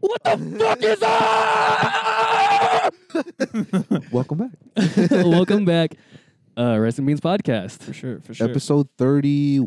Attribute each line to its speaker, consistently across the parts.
Speaker 1: What the fuck is up?
Speaker 2: Welcome back.
Speaker 1: Welcome back, uh, Rice and Beans
Speaker 3: For
Speaker 1: Podcast.
Speaker 3: sure, for sure.
Speaker 2: Episode 30.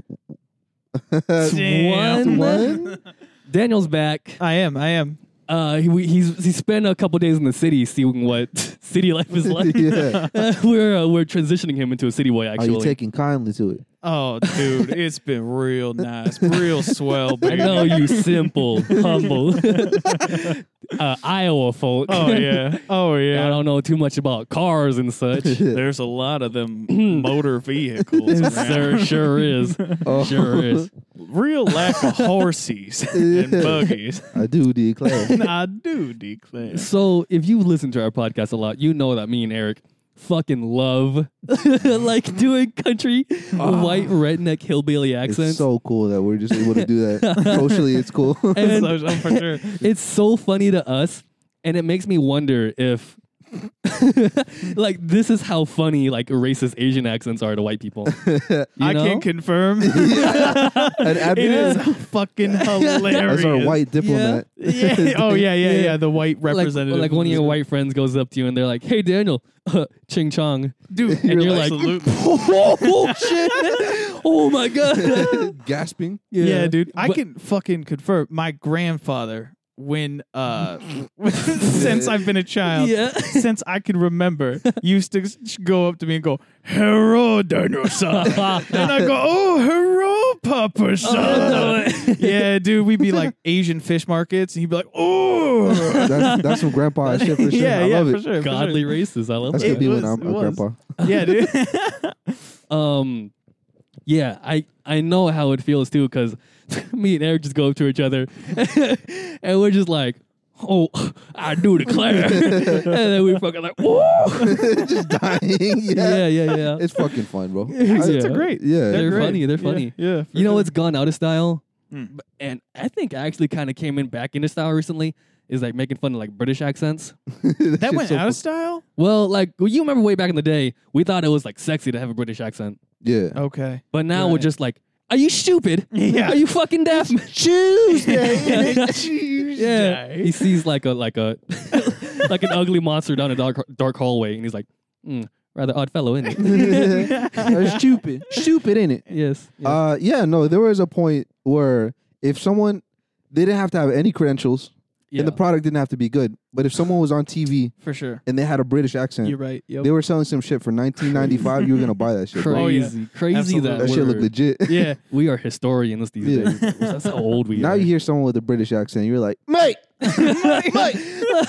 Speaker 3: Damn.
Speaker 1: One. Daniel's back.
Speaker 3: I am, I am.
Speaker 1: Uh, he, we- he's he spent a couple days in the city, seeing what city life is like.
Speaker 2: yeah.
Speaker 1: we're uh, we're transitioning him into a city boy.
Speaker 2: Are
Speaker 1: Actually,
Speaker 2: you taking kindly to it?
Speaker 3: Oh, dude, it's been real nice, real swell,
Speaker 1: I
Speaker 3: baby.
Speaker 1: know you simple, humble uh, Iowa folk.
Speaker 3: Oh yeah, oh
Speaker 1: I
Speaker 3: yeah.
Speaker 1: don't know too much about cars and such.
Speaker 3: There's a lot of them motor vehicles,
Speaker 1: there
Speaker 3: around.
Speaker 1: sure is.
Speaker 2: Oh.
Speaker 1: Sure is.
Speaker 3: real lack of horses and buggies.
Speaker 2: I do declare.
Speaker 3: I do declare.
Speaker 1: So if you listen to our podcast a lot, you know that me and Eric fucking love like doing country white redneck hillbilly
Speaker 2: Ah. it's
Speaker 1: accents.
Speaker 2: so cool that we're just able to do that. Socially, it's cool.
Speaker 1: and
Speaker 3: So, so for sure.
Speaker 1: it's so funny to us and it makes me wonder if like this is how funny like racist Asian accents are to white people. You
Speaker 3: I
Speaker 1: know?
Speaker 3: can confirm.
Speaker 2: An
Speaker 3: it
Speaker 2: admiral.
Speaker 3: is fucking hilarious.
Speaker 2: That's our white diplomat.
Speaker 3: Yeah. Oh yeah, yeah,
Speaker 1: Yeah.
Speaker 3: yeah. The white
Speaker 1: like,
Speaker 3: representative.
Speaker 1: like one of your white friends goes up to you and they're like, "Hey Daniel, uh, Ching Chong,"
Speaker 3: dude,
Speaker 1: and you're like,
Speaker 3: Absolutely.
Speaker 1: "Oh, oh, shit! Oh my god!"
Speaker 2: Gasping.
Speaker 3: Yeah, dude. I
Speaker 1: But-
Speaker 3: can fucking confirm. My grandfather, when uh, since I've been a child,
Speaker 1: Yeah.
Speaker 3: since I can remember, used to s- go up to me and go, "Hello, dinosaur," and I go, "Oh, hello, papa
Speaker 1: Oh,
Speaker 3: son." yeah, dude. We'd be like Asian fish markets, and he'd be like, "Oh."
Speaker 2: That's, that's some grandpa shit for sure.
Speaker 3: Yeah,
Speaker 2: I
Speaker 3: yeah,
Speaker 2: love
Speaker 3: for
Speaker 2: it.
Speaker 3: sure. for
Speaker 1: Godly racist. I love
Speaker 2: That's
Speaker 3: It
Speaker 2: gonna be when
Speaker 3: was-
Speaker 2: I'm
Speaker 3: it
Speaker 2: a
Speaker 3: was.
Speaker 2: grandpa.
Speaker 3: sure. Yeah, dude.
Speaker 1: that. Um, yeah, I I know how it feels too because me and Eric just go up to each other and we're just like. Oh, I do declare, and then we fucking like, whoa,
Speaker 2: just dying.
Speaker 1: yeah,
Speaker 2: Yeah.
Speaker 1: yeah, yeah.
Speaker 2: It's fucking fun, bro.
Speaker 1: Yeah.
Speaker 3: They're great.
Speaker 2: Yeah.
Speaker 1: they're,
Speaker 3: great.
Speaker 1: funny. They're
Speaker 3: Yeah,
Speaker 1: funny.
Speaker 3: Yeah. for
Speaker 1: you know
Speaker 3: sure.
Speaker 1: what's gone out of style
Speaker 3: Mm.
Speaker 1: B- and i think actually kind of came in back into style recently is like making fun of like british accents
Speaker 3: that
Speaker 2: shit's
Speaker 3: went
Speaker 2: so
Speaker 3: out of style?
Speaker 1: well like well, you remember way back in the day we thought it was like sexy to have a british accent
Speaker 2: Yeah.
Speaker 3: Okay.
Speaker 1: but now we're
Speaker 3: Right.
Speaker 1: just like are you stupid
Speaker 3: Yeah.
Speaker 1: are you fucking deaf
Speaker 3: Tuesday.
Speaker 1: yeah
Speaker 3: Tuesday.
Speaker 1: he sees like a like a like an ugly monster down a dark dark hallway and he's like mm, rather odd fellow isn't it
Speaker 2: They're stupid. Stupid, in it?
Speaker 1: yes yes.
Speaker 2: Uh, yeah, no, there was a point where if someone they didn't have to have any credentials
Speaker 1: yeah.
Speaker 2: and the product didn't have to be good, but if someone was on TV
Speaker 3: For sure.
Speaker 2: and they had a British accent,
Speaker 3: You're right. Yep.
Speaker 2: they were selling some shit for 1995. you were gonna buy that shit.
Speaker 1: crazy
Speaker 2: bro.
Speaker 3: Oh, yeah.
Speaker 1: crazy that,
Speaker 3: Absolutely.
Speaker 2: That shit
Speaker 1: word.
Speaker 2: looked legit.
Speaker 3: yeah.
Speaker 1: we are historians these
Speaker 2: Yeah.
Speaker 1: days that's how old we
Speaker 2: now
Speaker 1: are
Speaker 2: you hear someone with a British accent, you're like, mate, mate.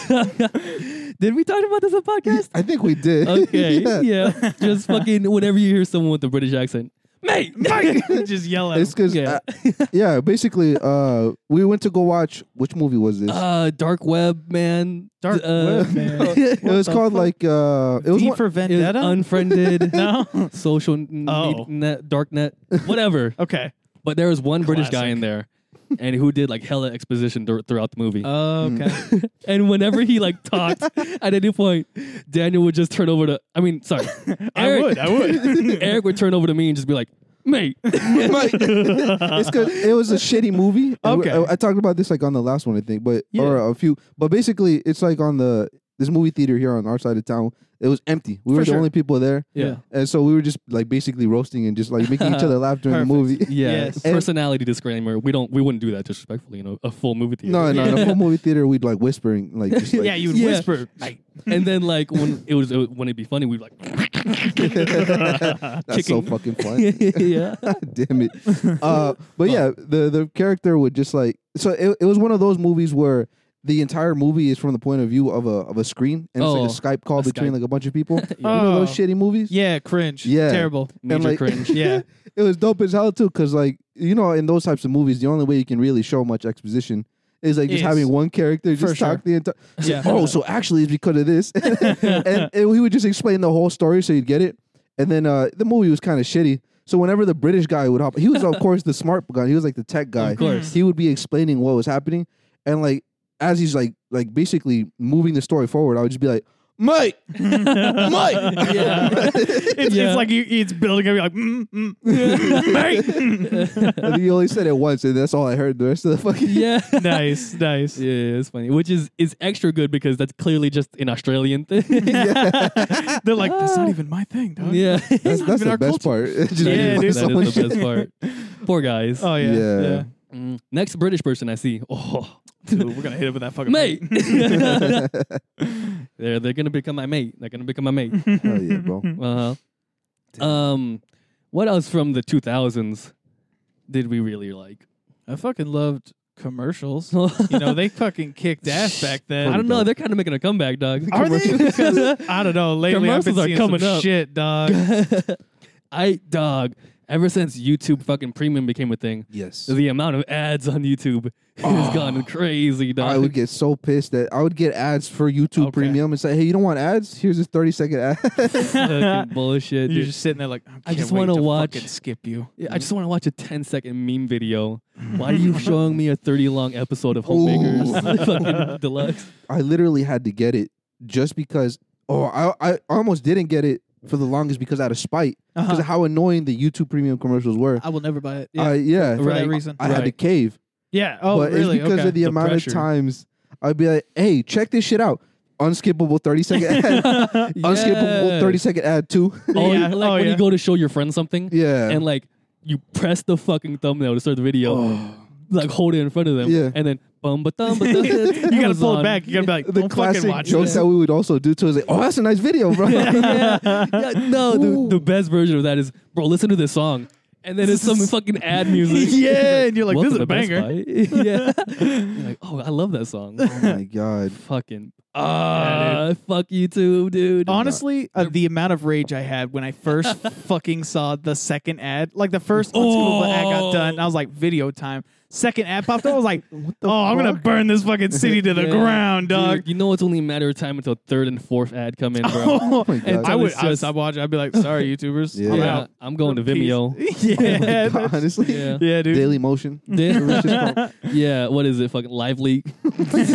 Speaker 1: Did we talk about this on podcast?
Speaker 2: I think we did.
Speaker 1: Okay, yeah.
Speaker 2: Yeah.
Speaker 1: Just fucking whenever you hear someone with a British accent, mate, mate.
Speaker 3: Just yell at
Speaker 2: It's
Speaker 3: him.
Speaker 2: because
Speaker 1: Yeah.
Speaker 2: yeah. yeah, basically, uh, we went to go watch which movie was this?
Speaker 1: Uh, dark web man.
Speaker 3: Dark
Speaker 1: uh,
Speaker 3: web, man.
Speaker 2: it was
Speaker 3: the
Speaker 2: called
Speaker 3: fuck?
Speaker 2: like uh, it was
Speaker 3: V
Speaker 2: one-
Speaker 3: for
Speaker 1: it was
Speaker 3: Vendetta?
Speaker 1: unfriended.
Speaker 3: no.
Speaker 1: Social n-
Speaker 3: Oh.
Speaker 1: net, dark net, whatever.
Speaker 3: Okay.
Speaker 1: But there was one British guy
Speaker 3: Classic.
Speaker 1: in there, and who did like hella exposition dur- throughout the movie.
Speaker 3: Oh, Okay.
Speaker 1: and whenever he like talked, at any point, Daniel would just turn over to. I mean, sorry,
Speaker 3: I
Speaker 1: Eric-
Speaker 3: would. I would.
Speaker 1: Eric would turn over to me and just be like, mate.
Speaker 2: Mike. it's good. It was a shitty movie. And we-
Speaker 3: Okay.
Speaker 2: I, I talked about this like on the last one, I think, but
Speaker 3: Yeah.
Speaker 2: or a few. But basically, it's like on the this movie theater here on our side of town. It was empty. We
Speaker 3: For
Speaker 2: were
Speaker 3: sure.
Speaker 2: the only people there,
Speaker 1: Yeah.
Speaker 2: and so we were just like basically roasting and just like making each other laugh during the movie.
Speaker 1: Yeah.
Speaker 3: Yes.
Speaker 2: And-
Speaker 1: Personality disclaimer. We don't. We wouldn't do that disrespectfully in a, a full movie theater.
Speaker 2: No, no, in the whole movie theater, we'd like whispering, like, just, like
Speaker 3: yeah, you would
Speaker 1: Yeah.
Speaker 3: whisper. Mate.
Speaker 1: And then like when it was it, when it'd be funny, we'd be
Speaker 2: that's so fucking fun.
Speaker 1: like, yeah.
Speaker 2: Damn it. Uh, but yeah, the the character would just like so it, it was one of those movies where the entire movie is from the point of view of a of a screen and it's like a Skype call
Speaker 1: Oh, a
Speaker 2: between
Speaker 1: Skype.
Speaker 2: like a bunch of people. You
Speaker 3: Oh.
Speaker 2: know those shitty movies?
Speaker 3: Yeah, cringe.
Speaker 2: Yeah.
Speaker 3: Terrible.
Speaker 2: And,
Speaker 1: Major
Speaker 2: like-
Speaker 1: cringe.
Speaker 3: Yeah.
Speaker 2: It was dope as hell too, because like you know, in those types of movies, the only way you can really show much exposition is like just
Speaker 3: Is-
Speaker 2: having one character
Speaker 3: For
Speaker 2: just talk the entire.
Speaker 3: Yeah.
Speaker 2: Oh, so actually, it's because of this, and it, he would just explain the whole story so you'd get it. And then uh, the movie was kind of shitty. So whenever the British guy would hop, he was of course the smart guy. He was like the tech guy.
Speaker 1: Of course.
Speaker 2: he would be explaining what was happening, and like as he's like like basically moving the story forward, I would just be like, Mike, Mike.
Speaker 1: Yeah.
Speaker 3: It's,
Speaker 1: Yeah.
Speaker 3: it's like you, it's building up. You're like, mm, mm, mm, mate. Mm.
Speaker 2: I think you only said it once, and that's all I heard. The rest of the fucking
Speaker 1: yeah.
Speaker 3: nice, nice.
Speaker 1: Yeah, it's funny. Which is is extra good because that's clearly just an Australian thing.
Speaker 3: They're like, that's not even my thing, dog.
Speaker 1: yeah.
Speaker 2: that's, that's
Speaker 3: Even our
Speaker 2: the best part. Just
Speaker 3: Yeah,
Speaker 1: that
Speaker 3: dude.
Speaker 1: is
Speaker 2: someone
Speaker 1: the
Speaker 2: shit.
Speaker 1: best part. Poor guys.
Speaker 3: Oh yeah.
Speaker 2: Yeah.
Speaker 3: yeah.
Speaker 1: Mm. Next British person I see. Oh,
Speaker 3: Dude, we're gonna hit it with that fucking
Speaker 1: mate. they're they're gonna become my mate. They're gonna become my mate.
Speaker 2: Hell Oh, yeah, bro.
Speaker 1: Uh huh. Um, what else from the 2000s did we really like?
Speaker 3: I fucking loved commercials. you know, they fucking kicked ass back then.
Speaker 1: I don't know. They're kind of making a comeback, dog.
Speaker 3: Are they? Because I don't know. Lately, I've been
Speaker 1: Commercials are
Speaker 3: seeing
Speaker 1: coming
Speaker 3: some
Speaker 1: up.
Speaker 3: shit, dog.
Speaker 1: I dog. Ever since YouTube fucking premium became a thing,
Speaker 2: Yes.
Speaker 1: the amount of ads on YouTube
Speaker 3: Ah.
Speaker 1: has gone crazy, dog.
Speaker 2: I would get so pissed that I would get ads for YouTube
Speaker 3: Okay.
Speaker 2: Premium and say, "Hey, you don't want ads? Here's a 30 second ad."
Speaker 1: Fucking bullshit.
Speaker 3: You're
Speaker 1: dude.
Speaker 3: just sitting there like, I,
Speaker 1: just
Speaker 3: want
Speaker 1: wanna
Speaker 3: to
Speaker 1: watch-
Speaker 3: fucking skip you.
Speaker 1: Yeah, I just want to watch a 10 second meme video. Why are you showing me a 30 long episode of Homemakers fucking deluxe?
Speaker 2: I literally had to get it just because. Oh, I I almost didn't get it for the longest because out of spite because
Speaker 3: Uh-huh.
Speaker 2: of how annoying the YouTube Premium commercials were.
Speaker 3: I will never buy it.
Speaker 2: I- yeah.
Speaker 3: for
Speaker 1: Right.
Speaker 3: that reason.
Speaker 2: I had to
Speaker 1: Right.
Speaker 2: cave,
Speaker 3: yeah. Oh,
Speaker 2: Uh, but
Speaker 3: really?
Speaker 2: it's because
Speaker 3: okay.
Speaker 2: of the,
Speaker 1: The
Speaker 2: amount
Speaker 1: pressure.
Speaker 2: of times I'd be like, "Hey, check this shit out." Unskippable 30 second ad. Unskippable 30 second ad too.
Speaker 1: Oh,
Speaker 3: Yeah.
Speaker 1: like
Speaker 3: Oh,
Speaker 1: when
Speaker 3: yeah.
Speaker 1: you go to show your friend something
Speaker 2: yeah.
Speaker 1: and like you press the fucking thumbnail to start the video, like hold it in front of them,
Speaker 2: Yeah.
Speaker 1: and then bum ba thumb ba thumb.
Speaker 3: Oh. you gotta pull it back. You gotta be like,
Speaker 2: the
Speaker 3: don't fucking
Speaker 2: classic
Speaker 3: watch
Speaker 2: jokes
Speaker 3: this.
Speaker 2: that we would also do too is like, "Oh, that's a nice video, bro."
Speaker 1: yeah, yeah, no,
Speaker 2: Ooh.
Speaker 1: the, the best version of that is, bro, listen to this song. And then it's some fucking ad music.
Speaker 3: Yeah, and you're like, this is a
Speaker 1: "Welcome to
Speaker 3: banger.
Speaker 1: Best Buy." yeah. You're like, oh, I love that song.
Speaker 2: oh my god.
Speaker 1: Fucking
Speaker 3: Yeah,
Speaker 1: Ah, fuck YouTube, dude.
Speaker 3: Uh, Honestly, uh, the amount of rage I had when I first fucking saw the second ad, like the first oh. ad got done, and I was like, video time. Second ad popped up, I was like, oh, I'm gonna burn this fucking city to the
Speaker 1: Yeah.
Speaker 3: ground,
Speaker 1: Dude,
Speaker 3: dog.
Speaker 1: you know it's only a matter of time until third and fourth ad come in, bro.
Speaker 3: Oh,
Speaker 2: my
Speaker 3: and
Speaker 2: God.
Speaker 3: I would,
Speaker 1: It's
Speaker 3: I would
Speaker 1: just-
Speaker 3: stop watching. I'd be like, sorry, YouTubers,
Speaker 2: Yeah.
Speaker 3: I'm
Speaker 1: yeah,
Speaker 3: out.
Speaker 1: I'm going to
Speaker 3: Peace.
Speaker 1: Vimeo.
Speaker 3: yeah, that's-
Speaker 2: Honestly,
Speaker 1: Yeah.
Speaker 3: yeah, dude.
Speaker 2: Daily Motion.
Speaker 1: Then-
Speaker 2: I've
Speaker 1: yeah, what is it? Fucking live leak.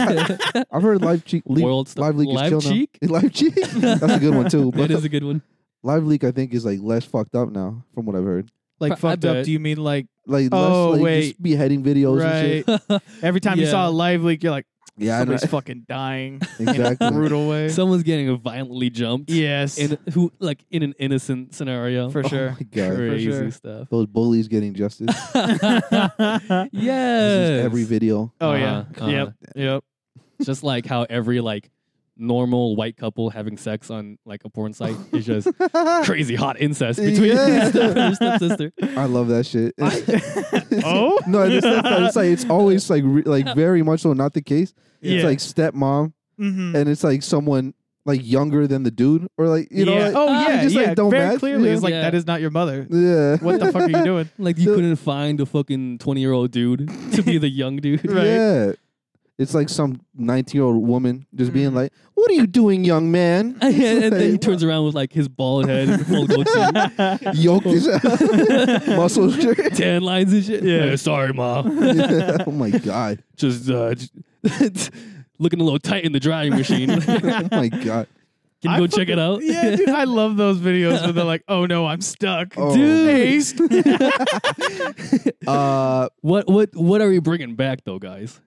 Speaker 2: heard Live Cheek. Leak,
Speaker 1: World stuff.
Speaker 2: Live Leak is
Speaker 1: Live
Speaker 2: chill
Speaker 1: Cheek?
Speaker 2: now. Live Cheek. That's a good one too.
Speaker 1: that
Speaker 2: But
Speaker 1: is a good one.
Speaker 2: Live Leak, I think, is like less fucked up now, from what I've heard.
Speaker 3: like
Speaker 1: I
Speaker 3: fucked
Speaker 1: bet.
Speaker 3: up. Do you mean like
Speaker 2: Like,
Speaker 3: Oh,
Speaker 2: less, like
Speaker 3: wait.
Speaker 2: just beheading videos and
Speaker 3: right?
Speaker 2: shit.
Speaker 3: Every time you
Speaker 1: Yeah.
Speaker 3: saw a live leak, you're like,
Speaker 2: Yeah, I know.
Speaker 3: somebody's fucking dying in a
Speaker 2: exactly.
Speaker 3: brutal way.
Speaker 1: Someone's getting violently jumped.
Speaker 3: yes,
Speaker 1: In who like in an innocent scenario.
Speaker 3: for
Speaker 2: Oh
Speaker 3: sure.
Speaker 2: my God.
Speaker 3: For
Speaker 1: Crazy
Speaker 3: sure.
Speaker 1: stuff.
Speaker 2: Those bullies getting justice.
Speaker 1: yeah.
Speaker 2: This is every video.
Speaker 3: Oh yeah.
Speaker 1: Uh-huh,
Speaker 3: Yep. Yep.
Speaker 1: just like how every like normal white couple having sex on like a porn site is just crazy hot incest between
Speaker 2: Yeah.
Speaker 1: your stepsister.
Speaker 2: I love that shit.
Speaker 3: oh.
Speaker 2: no, it's, not- it's like it's always like re- like very much so not the case. It's
Speaker 3: Yeah.
Speaker 2: like stepmom,
Speaker 3: Mhm.
Speaker 2: and it's like someone like younger than the dude, or like you know,
Speaker 3: Yeah.
Speaker 2: like,
Speaker 3: oh
Speaker 1: ah,
Speaker 3: yeah.
Speaker 2: it just,
Speaker 3: yeah.
Speaker 2: like, don't
Speaker 3: Very
Speaker 2: match,
Speaker 3: clearly,
Speaker 2: yeah.
Speaker 3: it's like
Speaker 1: Yeah.
Speaker 3: that is not your mother.
Speaker 2: yeah.
Speaker 3: What the fuck are you doing?
Speaker 1: Like you
Speaker 2: The-
Speaker 1: couldn't find a fucking twenty year old dude to be the young dude.
Speaker 3: Right.
Speaker 2: Yeah. It's like some 19 year old woman just being
Speaker 3: Mhm.
Speaker 2: like, What are you doing, young man?
Speaker 1: and then he
Speaker 2: Like,
Speaker 1: turns around with like his bald head and full goatee,
Speaker 2: Yoked his muscle shirt.
Speaker 1: tan lines and shit.
Speaker 3: Yeah.
Speaker 1: "Hey, sorry, ma.
Speaker 2: oh my God.
Speaker 1: Just uh j- looking a little tight in the drying machine. Can
Speaker 2: Oh my God.
Speaker 1: you
Speaker 3: I
Speaker 1: go check
Speaker 3: fucking-
Speaker 1: it out?
Speaker 3: Yeah, dude, I love those videos where they're like, "Oh no, I'm stuck,
Speaker 2: Oh.
Speaker 3: dude."
Speaker 2: Uh,
Speaker 1: What what what are we bringing back though, guys?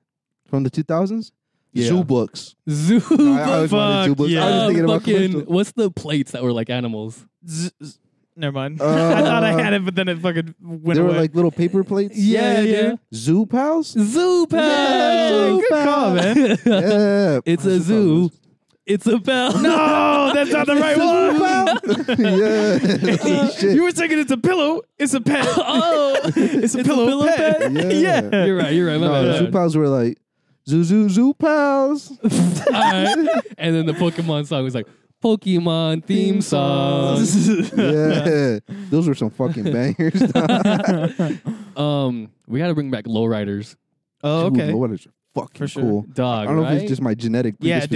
Speaker 2: from the 2000s?
Speaker 1: Yeah.
Speaker 2: Zoo books.
Speaker 1: Zoo.
Speaker 2: I, I always wanted zoo
Speaker 3: Fuck
Speaker 2: books. I was
Speaker 3: yeah.
Speaker 2: just thinking about
Speaker 1: fucking,
Speaker 2: commercials.
Speaker 1: what's the plates that were like animals?
Speaker 3: Z- z- Never mind. I
Speaker 2: Uh,
Speaker 3: thought I had it, but then it fucking went
Speaker 2: They were
Speaker 3: away.
Speaker 2: like little paper plates.
Speaker 1: Yeah,
Speaker 3: Yeah,
Speaker 1: yeah.
Speaker 3: dude.
Speaker 2: Zoo pals?
Speaker 1: Zoo pal.
Speaker 2: Yeah,
Speaker 3: Zoo good pal. call, man.
Speaker 2: Yeah.
Speaker 1: it's a zoo. It's a pal.
Speaker 3: no, that's not the right one.
Speaker 2: yeah. Oh, shit.
Speaker 3: Uh, You were thinking it's a pillow. It's a pet.
Speaker 1: oh,
Speaker 3: It's a pillow,
Speaker 1: pillow
Speaker 3: pet.
Speaker 1: pet?
Speaker 3: yeah.
Speaker 2: Yeah.
Speaker 1: you're right. You're right. My
Speaker 2: No,
Speaker 1: bad,
Speaker 2: zoo
Speaker 1: my
Speaker 2: pals were like, Zoo, zoo, zoo pals.
Speaker 1: bad. All right. And then the Pokemon song was like Pokemon theme song.
Speaker 2: yeah. Those were some fucking bangers.
Speaker 1: Um, we got to bring back lowriders,
Speaker 3: oh,
Speaker 2: Dude,
Speaker 3: okay.
Speaker 2: lowriders are fucking
Speaker 3: For sure.
Speaker 2: cool. I
Speaker 1: dog.
Speaker 2: don't know
Speaker 1: right?
Speaker 2: if it's just my genetic
Speaker 3: Yeah, dude,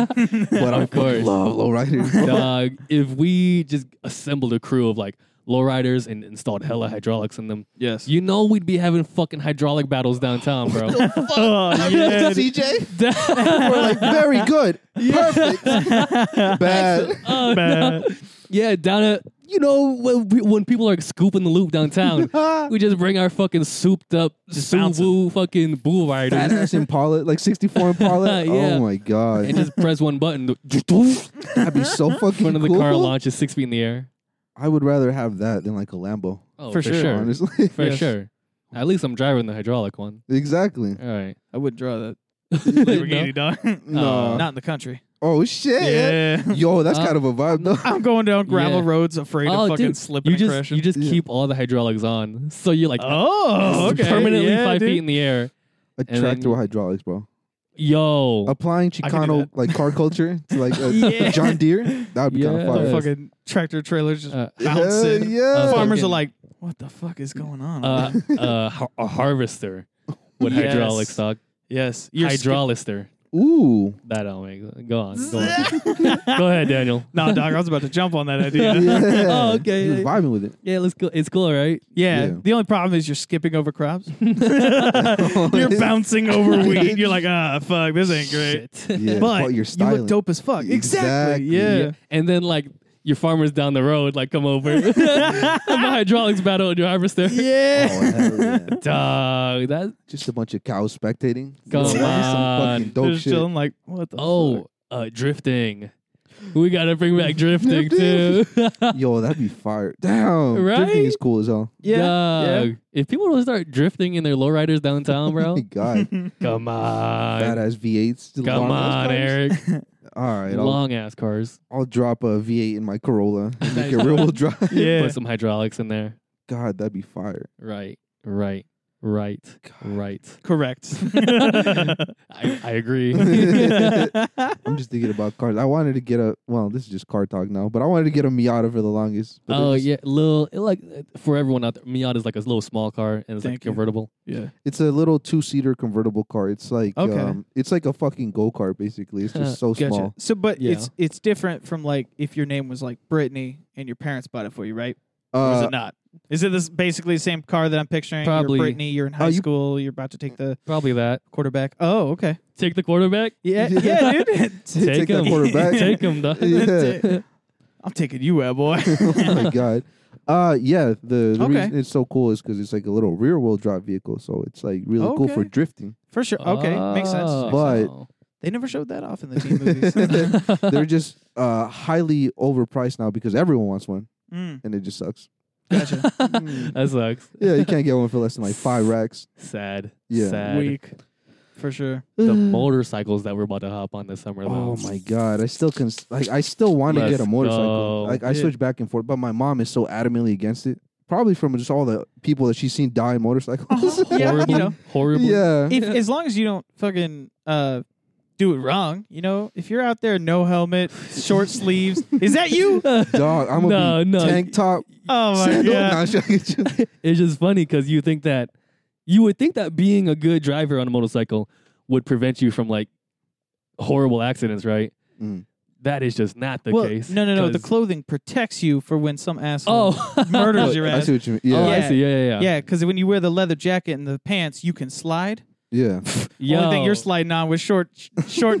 Speaker 3: absolutely.
Speaker 2: but I
Speaker 1: Of course.
Speaker 2: fucking love lowriders.
Speaker 1: dog. If we just assembled a crew of like lowriders and installed hella hydraulics in them.
Speaker 3: Yes.
Speaker 1: You know we'd be having fucking hydraulic battles downtown, bro.
Speaker 3: oh, yeah.
Speaker 2: CJ? We're like, very good. Perfect. Bad.
Speaker 1: Oh,
Speaker 3: Bad.
Speaker 1: Yeah, down at you know when, we- when people are scooping the loop downtown, we just bring our fucking souped up Subaru fucking bull riders
Speaker 2: Badass Impala, like 64 Impala.
Speaker 1: Yeah.
Speaker 2: Oh my God.
Speaker 1: and just press one button. do-
Speaker 2: That'd be so fucking
Speaker 1: Front of the
Speaker 2: cool.
Speaker 1: car launches six feet in the air.
Speaker 2: I would rather have that than like a Lambo.
Speaker 1: Oh,
Speaker 3: For sure.
Speaker 2: Honestly.
Speaker 1: for
Speaker 3: Yes.
Speaker 1: sure. At least I'm driving the hydraulic one.
Speaker 2: exactly.
Speaker 1: All right.
Speaker 3: I would draw that.
Speaker 1: No?
Speaker 3: Lamborghini, dog.
Speaker 2: No.
Speaker 3: Uh, Not in the country.
Speaker 2: oh shit. Yo, that's
Speaker 1: Uh,
Speaker 2: kind of a vibe though.
Speaker 3: I'm going down gravel
Speaker 1: Yeah.
Speaker 3: roads, afraid
Speaker 1: Oh,
Speaker 3: of fucking
Speaker 1: dude,
Speaker 3: slipping
Speaker 1: You
Speaker 3: and
Speaker 1: just
Speaker 3: crashing.
Speaker 1: you just
Speaker 2: Yeah.
Speaker 1: keep all the hydraulics on, so you're like
Speaker 3: oh, okay.
Speaker 1: permanently
Speaker 3: Yeah,
Speaker 1: five
Speaker 3: dude.
Speaker 1: feet in the air. then-
Speaker 2: Attractor hydraulics, bro.
Speaker 1: Yo,
Speaker 2: Applying
Speaker 3: I can do
Speaker 2: Chicano
Speaker 3: that.
Speaker 2: like car culture to like a
Speaker 3: Yeah.
Speaker 2: John Deere, that would be kind
Speaker 1: Yeah.
Speaker 2: of fire.
Speaker 1: Yes.
Speaker 3: Fucking tractor trailers just
Speaker 1: Uh,
Speaker 3: bouncing.
Speaker 2: Yeah, yeah.
Speaker 3: Farmers
Speaker 1: Fucking-
Speaker 3: are like, what the fuck is going on?
Speaker 1: uh, uh, har- a harvester with
Speaker 3: Yes.
Speaker 1: hydraulics, dog.
Speaker 3: yes. You're sca-
Speaker 1: Hydraulister.
Speaker 2: Ooh,
Speaker 1: That don't make sense. Go on. Go, on. go ahead, Daniel.
Speaker 3: nah, dog, I was about to jump on that idea.
Speaker 2: yeah.
Speaker 1: Oh, okay.
Speaker 2: He was vibing with it.
Speaker 1: Yeah, let's go. It's cool, right?
Speaker 3: Yeah.
Speaker 2: Yeah.
Speaker 3: The only problem is you're skipping over crops. you're bouncing over weed. You're like, ah, fuck, this ain't great.
Speaker 1: Shit.
Speaker 2: Yeah,
Speaker 3: But,
Speaker 2: you're
Speaker 3: you
Speaker 2: styling.
Speaker 3: look dope as fuck. Exactly.
Speaker 2: Exactly.
Speaker 3: Yeah.
Speaker 1: Yeah. And then like your farmers down the road like come over. the hydraulics battle on your harvester.
Speaker 3: Yeah.
Speaker 2: Oh, hell yeah.
Speaker 1: Dog, that
Speaker 2: Just a bunch of cows spectating.
Speaker 1: Come
Speaker 2: Some
Speaker 1: on.
Speaker 2: fucking dope
Speaker 3: just
Speaker 2: shit.
Speaker 3: chilling like, what the fuck?
Speaker 1: oh, uh, drifting. We gotta bring back drifting too.
Speaker 2: Drifting. Yo, that'd be fire. Damn,
Speaker 1: Right?
Speaker 2: drifting is cool as hell.
Speaker 3: Yeah.
Speaker 1: Dog.
Speaker 3: yeah.
Speaker 1: If people don't start drifting in their lowriders downtown,
Speaker 2: Oh
Speaker 1: bro,
Speaker 2: my god,
Speaker 1: come on,
Speaker 2: badass V8s. Just
Speaker 1: come
Speaker 2: long-ass
Speaker 1: on,
Speaker 2: cars.
Speaker 1: Eric,
Speaker 2: All right, I'll,
Speaker 1: long ass cars.
Speaker 2: I'll drop a V8 in my Corolla and make
Speaker 1: Nice.
Speaker 2: it real wheel drive.
Speaker 3: Yeah.
Speaker 1: Put some hydraulics in there.
Speaker 2: God, that'd be fire.
Speaker 1: Right, right, right, right.
Speaker 3: Correct.
Speaker 1: I, I agree.
Speaker 2: I'm just thinking about cars. I wanted to get a well, this is just car talk now, but I wanted to get a Miata for the longest. but
Speaker 1: oh
Speaker 2: they're just-
Speaker 1: yeah, little like for everyone out there, Miata is like a little small car and it's like
Speaker 3: Thank you.
Speaker 1: convertible.
Speaker 3: yeah.
Speaker 2: it's a little two seater convertible car. It's like
Speaker 3: Okay.
Speaker 2: um, it's like a fucking go kart basically. It's just so
Speaker 3: Gotcha.
Speaker 2: small.
Speaker 3: So, but
Speaker 1: Yeah.
Speaker 3: it's it's different from like if your name was like Brittany and your parents bought it for you, right? Or is
Speaker 2: Uh,
Speaker 3: it not? Is it this basically the same car that I'm picturing?
Speaker 1: Probably.
Speaker 3: You're Brittany, you're in high
Speaker 2: Uh, you- uh,
Speaker 3: school, you're about to take the
Speaker 1: Probably that.
Speaker 3: quarterback. Oh, okay.
Speaker 1: Take the quarterback.
Speaker 3: Yeah, yeah, dude.
Speaker 1: Take,
Speaker 2: Take that
Speaker 1: him.
Speaker 2: quarterback.
Speaker 1: Take him. dog.
Speaker 2: Yeah.
Speaker 3: I'm taking you out, boy.
Speaker 2: oh my god. Uh yeah, the, the
Speaker 3: Okay.
Speaker 2: reason it's so cool is because it's like a little rear wheel drive vehicle, so it's like really cool for
Speaker 3: Okay.
Speaker 2: drifting.
Speaker 3: For sure. Okay, makes sense.
Speaker 1: Oh.
Speaker 2: But-
Speaker 3: They never showed that off in the teen movies.
Speaker 2: They're just uh highly overpriced now because everyone wants one,
Speaker 3: Mm,
Speaker 2: and it just sucks.
Speaker 3: gotcha.
Speaker 2: Mm.
Speaker 1: that sucks.
Speaker 2: yeah, you can't get one for less than like five racks.
Speaker 1: Sad.
Speaker 2: Yeah.
Speaker 1: Sad.
Speaker 3: Weak. For sure.
Speaker 1: The motorcycles that we're about to hop on this summer.
Speaker 2: Oh
Speaker 1: though.
Speaker 2: my god! I still can like I still want to
Speaker 1: Let's
Speaker 2: get a motorcycle.
Speaker 1: go.
Speaker 2: Like I
Speaker 3: Yeah.
Speaker 2: switch back and forth, but my mom is so adamantly against it. Probably from just all the people that she's seen die in motorcycles.
Speaker 3: Oh, Yeah, you
Speaker 1: Horribly.
Speaker 3: know.
Speaker 1: Horribly.
Speaker 2: yeah.
Speaker 3: If, as long as you don't fucking uh, do it wrong, you know, if you're out there, no helmet, short sleeves, is that you?
Speaker 2: Dog, I'm
Speaker 1: No,
Speaker 2: gonna
Speaker 1: no.
Speaker 2: be tank top,
Speaker 3: Oh my
Speaker 2: sandal. Nah,
Speaker 3: god.
Speaker 2: I'm joking.
Speaker 1: It's just funny because you think that you would think that being a good driver on a motorcycle would prevent you from like horrible accidents, right?
Speaker 2: Mm.
Speaker 1: That is just not the
Speaker 3: well,
Speaker 1: case.
Speaker 3: no, no, no. The
Speaker 1: 'cause-
Speaker 3: clothing protects you for when some asshole
Speaker 1: oh
Speaker 3: murders your
Speaker 2: I
Speaker 3: ass.
Speaker 2: see what you mean.
Speaker 1: Oh,
Speaker 2: Yeah,
Speaker 1: I see. Yeah, yeah, yeah.
Speaker 3: Yeah, because when you wear the leather jacket and the pants, you can slide.
Speaker 2: yeah.
Speaker 1: Yo.
Speaker 3: Only thing you're sliding on with short, sh- short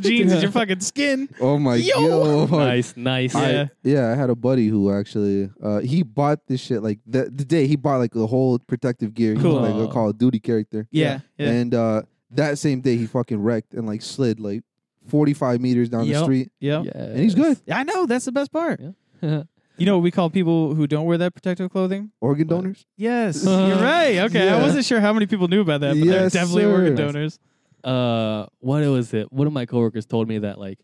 Speaker 3: jeans is your fucking skin.
Speaker 2: Oh my
Speaker 3: Yo!
Speaker 2: god.
Speaker 1: Nice, nice.
Speaker 2: I,
Speaker 3: Yeah.
Speaker 2: yeah. I had a buddy who actually uh, he bought this shit like the, the day he bought like the whole protective gear. He
Speaker 3: Cool.
Speaker 2: was like a Call of Duty character.
Speaker 3: Yeah, yeah.
Speaker 2: And uh, that same day he fucking wrecked and like slid like 45 meters down
Speaker 3: Yep.
Speaker 2: the street.
Speaker 3: Yep.
Speaker 1: And
Speaker 2: he's good.
Speaker 3: I know that's the best part.
Speaker 1: Yeah.
Speaker 3: You know what we call people who don't wear that protective clothing?
Speaker 2: Organ donors.
Speaker 3: Yes,
Speaker 1: Uh,
Speaker 3: you're right. Okay, I
Speaker 2: yeah.
Speaker 3: wasn't sure how many people knew about that, but they're
Speaker 2: Yes,
Speaker 3: definitely
Speaker 2: sir.
Speaker 3: organ donors.
Speaker 1: uh what was it? One of my coworkers told me that like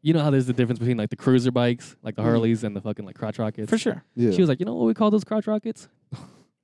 Speaker 1: you know how there's the difference between like the cruiser bikes, like the Harleys and the fucking like crotch rockets.
Speaker 3: Mm-hmm. For sure.
Speaker 2: Yeah.
Speaker 1: She was like, "You know what we call those crotch rockets?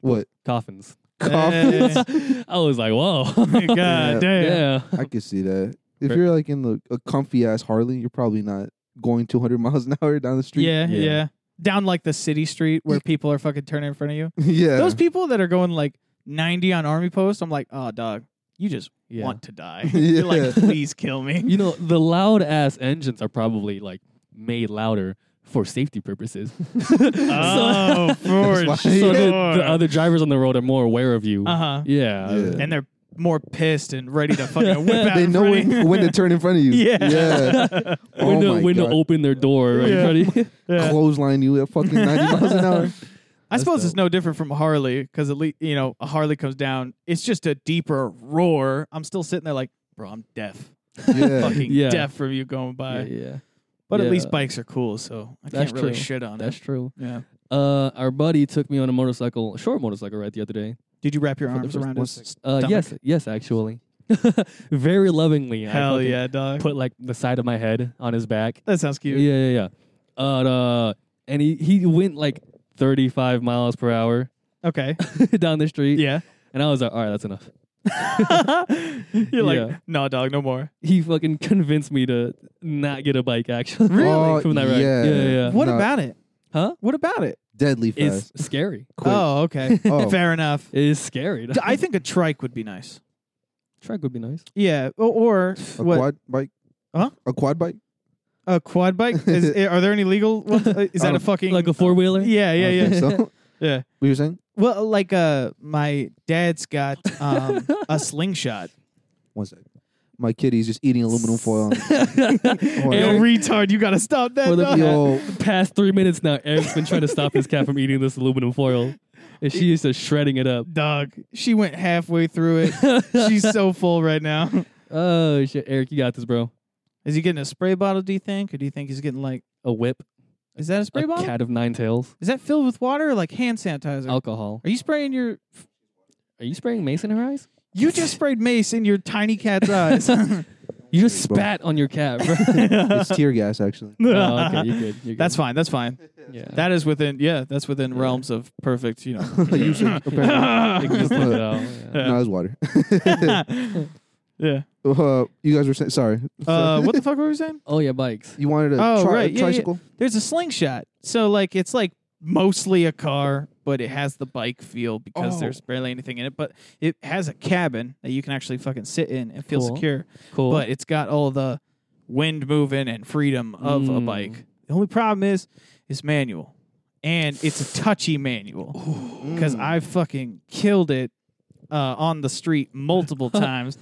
Speaker 2: what?
Speaker 1: Coffins."
Speaker 3: Eh.
Speaker 2: Coffins?
Speaker 1: I was like, "Whoa."
Speaker 3: God
Speaker 2: Yeah.
Speaker 3: damn.
Speaker 1: yeah.
Speaker 2: I could see that. If
Speaker 1: Right.
Speaker 2: you're like in the, a comfy ass Harley, you're probably not going 200 miles an hour down the street.
Speaker 3: Yeah,
Speaker 1: Yeah.
Speaker 3: yeah, Down like the city street where people are fucking turning in front of you.
Speaker 2: yeah.
Speaker 3: Those people that are going like 90 on army post, I'm like, oh, dog, you just
Speaker 1: Yeah.
Speaker 3: want to die. You're
Speaker 2: Yeah.
Speaker 3: like, please kill me.
Speaker 1: You know, the loud ass engines are probably like made louder for safety purposes.
Speaker 3: Oh, for
Speaker 2: why-
Speaker 3: sure.
Speaker 1: so the, the other drivers on the road are more aware of you.
Speaker 3: uh-huh.
Speaker 1: Yeah.
Speaker 2: Yeah.
Speaker 3: And they're more pissed and ready to fucking whip out.
Speaker 2: They
Speaker 3: in
Speaker 2: know
Speaker 3: front of you.
Speaker 2: when, when to turn in front of you.
Speaker 3: Yeah.
Speaker 2: yeah. Oh
Speaker 1: When,
Speaker 2: my
Speaker 1: to, when to
Speaker 2: God.
Speaker 1: open their door, right?
Speaker 3: Yeah.
Speaker 1: Freddie?
Speaker 3: Yeah.
Speaker 2: Clothesline you at fucking 90 miles an hour.
Speaker 3: I
Speaker 1: That's
Speaker 3: suppose
Speaker 1: dope.
Speaker 3: it's no different from Harley because at least you know a Harley comes down. It's just a deeper roar. I'm still sitting there like, bro, I'm deaf,
Speaker 2: Yeah.
Speaker 3: fucking
Speaker 1: Yeah.
Speaker 3: deaf from you going by.
Speaker 1: yeah, yeah.
Speaker 3: But at least
Speaker 1: Yeah.
Speaker 3: bikes are cool, so I
Speaker 1: That's
Speaker 3: can't really
Speaker 1: true.
Speaker 3: shit on
Speaker 1: That's
Speaker 3: it.
Speaker 1: true.
Speaker 3: yeah.
Speaker 1: Uh, our buddy took me on a motorcycle, a short motorcycle ride the other day.
Speaker 3: Did you wrap your
Speaker 1: For the
Speaker 3: arms
Speaker 1: first
Speaker 3: around
Speaker 1: one
Speaker 3: his?
Speaker 1: Uh,
Speaker 3: stomach?
Speaker 1: yes, yes, actually, very lovingly. I
Speaker 3: Hell
Speaker 1: fucking
Speaker 3: yeah, dog.
Speaker 1: Put like the side of my head on his back.
Speaker 3: that sounds cute.
Speaker 1: Yeah, yeah, yeah. Uh, uh, and he he went like 35 miles per hour
Speaker 3: Okay.
Speaker 1: down the street.
Speaker 3: Yeah.
Speaker 1: and I was like, all right, that's enough.
Speaker 3: You're like,
Speaker 1: Yeah.
Speaker 3: no, dog, no more.
Speaker 1: He fucking convinced me to not get a bike. Actually,
Speaker 3: Really?
Speaker 2: Oh,
Speaker 1: from that ride.
Speaker 2: yeah.
Speaker 1: Yeah, yeah. yeah.
Speaker 3: What
Speaker 2: Nah.
Speaker 3: about it?
Speaker 1: Uh, Huh?
Speaker 3: What about it?
Speaker 2: Deadly
Speaker 1: It's
Speaker 2: fast.
Speaker 1: scary.
Speaker 2: Quick.
Speaker 3: Oh, okay.
Speaker 2: Oh.
Speaker 3: Fair enough.
Speaker 1: It is scary.
Speaker 3: D- I think a trike would be nice.
Speaker 1: track would be nice.
Speaker 3: Yeah, o- or,
Speaker 2: A
Speaker 3: what?
Speaker 2: quad bike?
Speaker 3: Huh?
Speaker 2: A quad bike?
Speaker 3: A quad bike? Is, i- are there any legal ones? Uh, Is that
Speaker 2: Um,
Speaker 3: a fucking
Speaker 1: Oh, Like a four wheeler.
Speaker 3: Yeah, yeah,
Speaker 2: I
Speaker 3: yeah,
Speaker 2: don't think so.
Speaker 3: yeah.
Speaker 2: What you were saying?
Speaker 3: Well, like uh, my dad's got um a slingshot.
Speaker 2: One sec. My kitty's just eating aluminum foil. Oh,
Speaker 3: Yo,
Speaker 2: yeah.
Speaker 3: retard, you gotta stop that.
Speaker 1: For the-
Speaker 3: dog.
Speaker 2: Yo,
Speaker 1: past three minutes now, Eric's been trying to stop his cat from eating this aluminum foil, and she is just shredding it up.
Speaker 3: Dog, she went halfway through it. She's so full right now.
Speaker 1: Oh shit, Eric, you got this, bro.
Speaker 3: Is he getting a spray bottle? Do you think, or do you think he's getting like?
Speaker 1: A whip,
Speaker 3: Is that a spray
Speaker 1: a
Speaker 3: bottle?
Speaker 1: cat of nine tails,
Speaker 3: Is that filled with water or like hand sanitizer?
Speaker 1: alcohol.
Speaker 3: Are you spraying your?
Speaker 1: Are you spraying mace in her eyes?
Speaker 3: You just sprayed mace in your tiny cat's
Speaker 1: Oh,
Speaker 3: eyes.
Speaker 1: You just
Speaker 2: Bro.
Speaker 1: spat on your cat, bro.
Speaker 2: it's tear gas, actually.
Speaker 1: oh, okay, you're good. You're good.
Speaker 3: That's fine. That's fine.
Speaker 1: yeah.
Speaker 3: That is within. Yeah, that's within realms of perfect. You know.
Speaker 2: Usually,
Speaker 1: You
Speaker 2: apparently.
Speaker 1: can just lick it out, yeah.
Speaker 2: No, it's water.
Speaker 3: yeah.
Speaker 2: uh, you guys were saying, sorry.
Speaker 3: Uh, what the fuck were we saying?
Speaker 1: Oh yeah, bikes.
Speaker 2: You wanted a,
Speaker 3: Oh,
Speaker 2: tri-
Speaker 3: right, yeah,
Speaker 2: tricycle?
Speaker 3: There's a slingshot. So like it's like mostly a car, but it has the bike feel because
Speaker 2: Oh.
Speaker 3: there's barely anything in it. But it has a cabin that you can actually fucking sit in and feel
Speaker 1: Cool.
Speaker 3: secure.
Speaker 1: Cool.
Speaker 3: But it's got all the wind moving and freedom of a
Speaker 1: Mm.
Speaker 3: bike. The only problem is it's manual. And it's a touchy manual. Because
Speaker 1: Mm.
Speaker 3: I fucking killed it uh, on the street multiple times.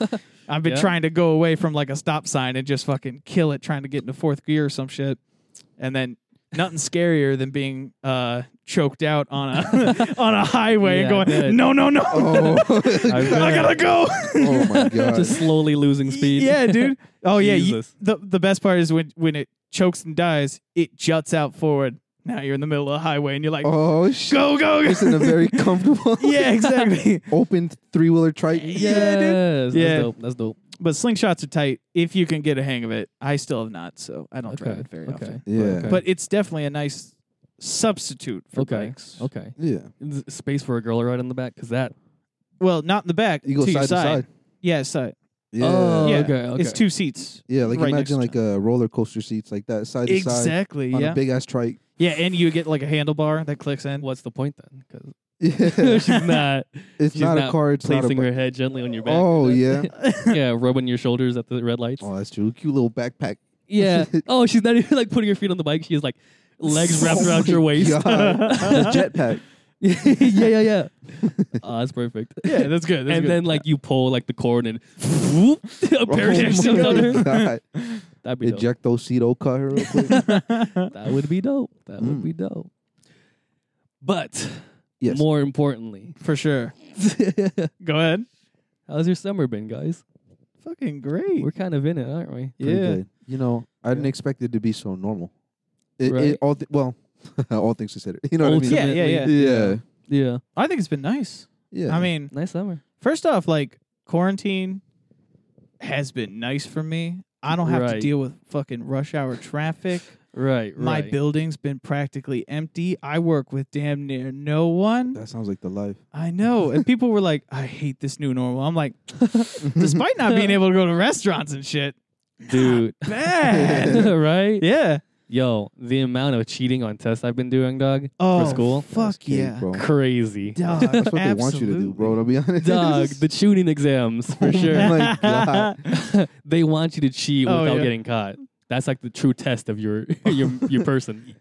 Speaker 3: I've been
Speaker 1: Yeah.
Speaker 3: trying to go away from like a stop sign and just fucking kill it, trying to get into fourth gear or some shit. And then nothing scarier than being uh, choked out on a on a highway
Speaker 1: Yeah, I
Speaker 3: and
Speaker 1: bet.
Speaker 3: going, no, no, no,
Speaker 2: Oh,
Speaker 1: I
Speaker 3: I
Speaker 1: bet.
Speaker 3: gotta go.
Speaker 2: oh my god!
Speaker 1: just slowly losing speed.
Speaker 3: Yeah, dude. Oh yeah. you-
Speaker 1: Jesus.
Speaker 3: the the best part is when when it chokes and dies, it juts out forward. Now you're in the middle of the highway and you're like,
Speaker 2: oh shit!
Speaker 3: go go
Speaker 2: It's in
Speaker 3: go.
Speaker 2: a very comfortable,
Speaker 3: yeah, exactly.
Speaker 2: open three wheeler Triton.
Speaker 1: Yes,
Speaker 3: Yeah, dude.
Speaker 1: That's
Speaker 3: Yeah.
Speaker 1: dope. That's dope.
Speaker 3: But slingshots are tight if you can get a hang of it. I still have not, so I don't drive
Speaker 1: Okay,
Speaker 3: it very
Speaker 1: okay.
Speaker 3: often.
Speaker 2: Yeah.
Speaker 1: Okay.
Speaker 3: But it's definitely a nice substitute for
Speaker 1: Okay.
Speaker 3: bikes.
Speaker 1: Okay.
Speaker 2: Yeah,
Speaker 1: Is it Space for a girl right in the back, cause that.
Speaker 3: Well, not in the back.
Speaker 2: you go
Speaker 3: to
Speaker 2: side
Speaker 3: your
Speaker 2: to
Speaker 3: side.
Speaker 2: side.
Speaker 3: Yeah, side.
Speaker 2: Yeah,
Speaker 1: Oh,
Speaker 3: yeah.
Speaker 1: okay, okay.
Speaker 3: It's two seats.
Speaker 2: yeah. Like
Speaker 3: right next
Speaker 2: imagine
Speaker 3: to
Speaker 2: like a roller coaster seats like that, side to side
Speaker 3: Exactly.
Speaker 2: on
Speaker 3: yeah.
Speaker 2: a big ass trike.
Speaker 3: yeah, and you get like a handlebar that clicks in.
Speaker 1: What's the point then? Because
Speaker 2: Yeah,
Speaker 1: she's not
Speaker 2: it's
Speaker 1: She's
Speaker 2: not, a
Speaker 1: not
Speaker 2: car. It's not a.
Speaker 1: placing
Speaker 2: Bike.
Speaker 1: her head gently on your back.
Speaker 2: Oh yeah.
Speaker 1: yeah, rubbing your shoulders at the red lights.
Speaker 2: Oh, that's true. Cute little backpack.
Speaker 1: Yeah. Oh, she's not even like putting her feet on the bike. She has like legs wrapped
Speaker 2: Oh
Speaker 1: around
Speaker 2: my
Speaker 1: your waist.
Speaker 2: God. the jetpack.
Speaker 1: yeah, yeah, yeah. Oh, that's perfect.
Speaker 3: yeah, that's good. That's
Speaker 1: and
Speaker 3: good.
Speaker 1: then like you pull like the cord and whoop, a
Speaker 2: Oh
Speaker 1: parachute
Speaker 2: my
Speaker 1: comes out of her.
Speaker 2: God.
Speaker 1: That'd be dope.
Speaker 2: Eject those seat old cut her real quick.
Speaker 1: That would be dope. That
Speaker 2: Mm.
Speaker 1: would be dope. But
Speaker 2: Yes.
Speaker 1: more importantly,
Speaker 3: for sure. Go ahead.
Speaker 1: how's your summer been, guys?
Speaker 3: Fucking great.
Speaker 1: We're kind of in it, aren't we?
Speaker 2: Pretty
Speaker 3: yeah.
Speaker 2: good. You know, I didn't expect it to be so normal. It,
Speaker 1: Right.
Speaker 2: it all th- well, all things considered. You know what I mean?
Speaker 3: Yeah, yeah, yeah.
Speaker 1: Ultimately,
Speaker 2: Yeah.
Speaker 1: Yeah.
Speaker 3: I think it's been nice.
Speaker 2: Yeah.
Speaker 3: I mean,
Speaker 1: Nice summer.
Speaker 3: first off, like quarantine has been nice for me. I don't have to
Speaker 1: Right.
Speaker 3: deal with fucking rush hour traffic.
Speaker 1: Right, right.
Speaker 3: My building's been practically empty. I work with damn near no one.
Speaker 2: that sounds like the life.
Speaker 3: I know. And people were like, I hate this new normal. I'm like, despite not being able to go to restaurants and shit,
Speaker 1: Dude.
Speaker 3: bad.
Speaker 1: right?
Speaker 3: yeah.
Speaker 1: Yo, the amount of cheating on tests I've been doing, dog,
Speaker 3: Oh,
Speaker 1: for school,
Speaker 2: That's
Speaker 3: fuck
Speaker 2: cake,
Speaker 3: yeah.
Speaker 2: bro. That's
Speaker 1: crazy.
Speaker 3: Dog,
Speaker 2: what they want you to do, bro. To be honest,
Speaker 1: Dog, the tuning exams for
Speaker 2: Oh
Speaker 1: sure.
Speaker 2: my God.
Speaker 1: they want you to cheat
Speaker 3: Oh,
Speaker 1: without
Speaker 3: yeah.
Speaker 1: getting caught. That's like the true test of your your your person.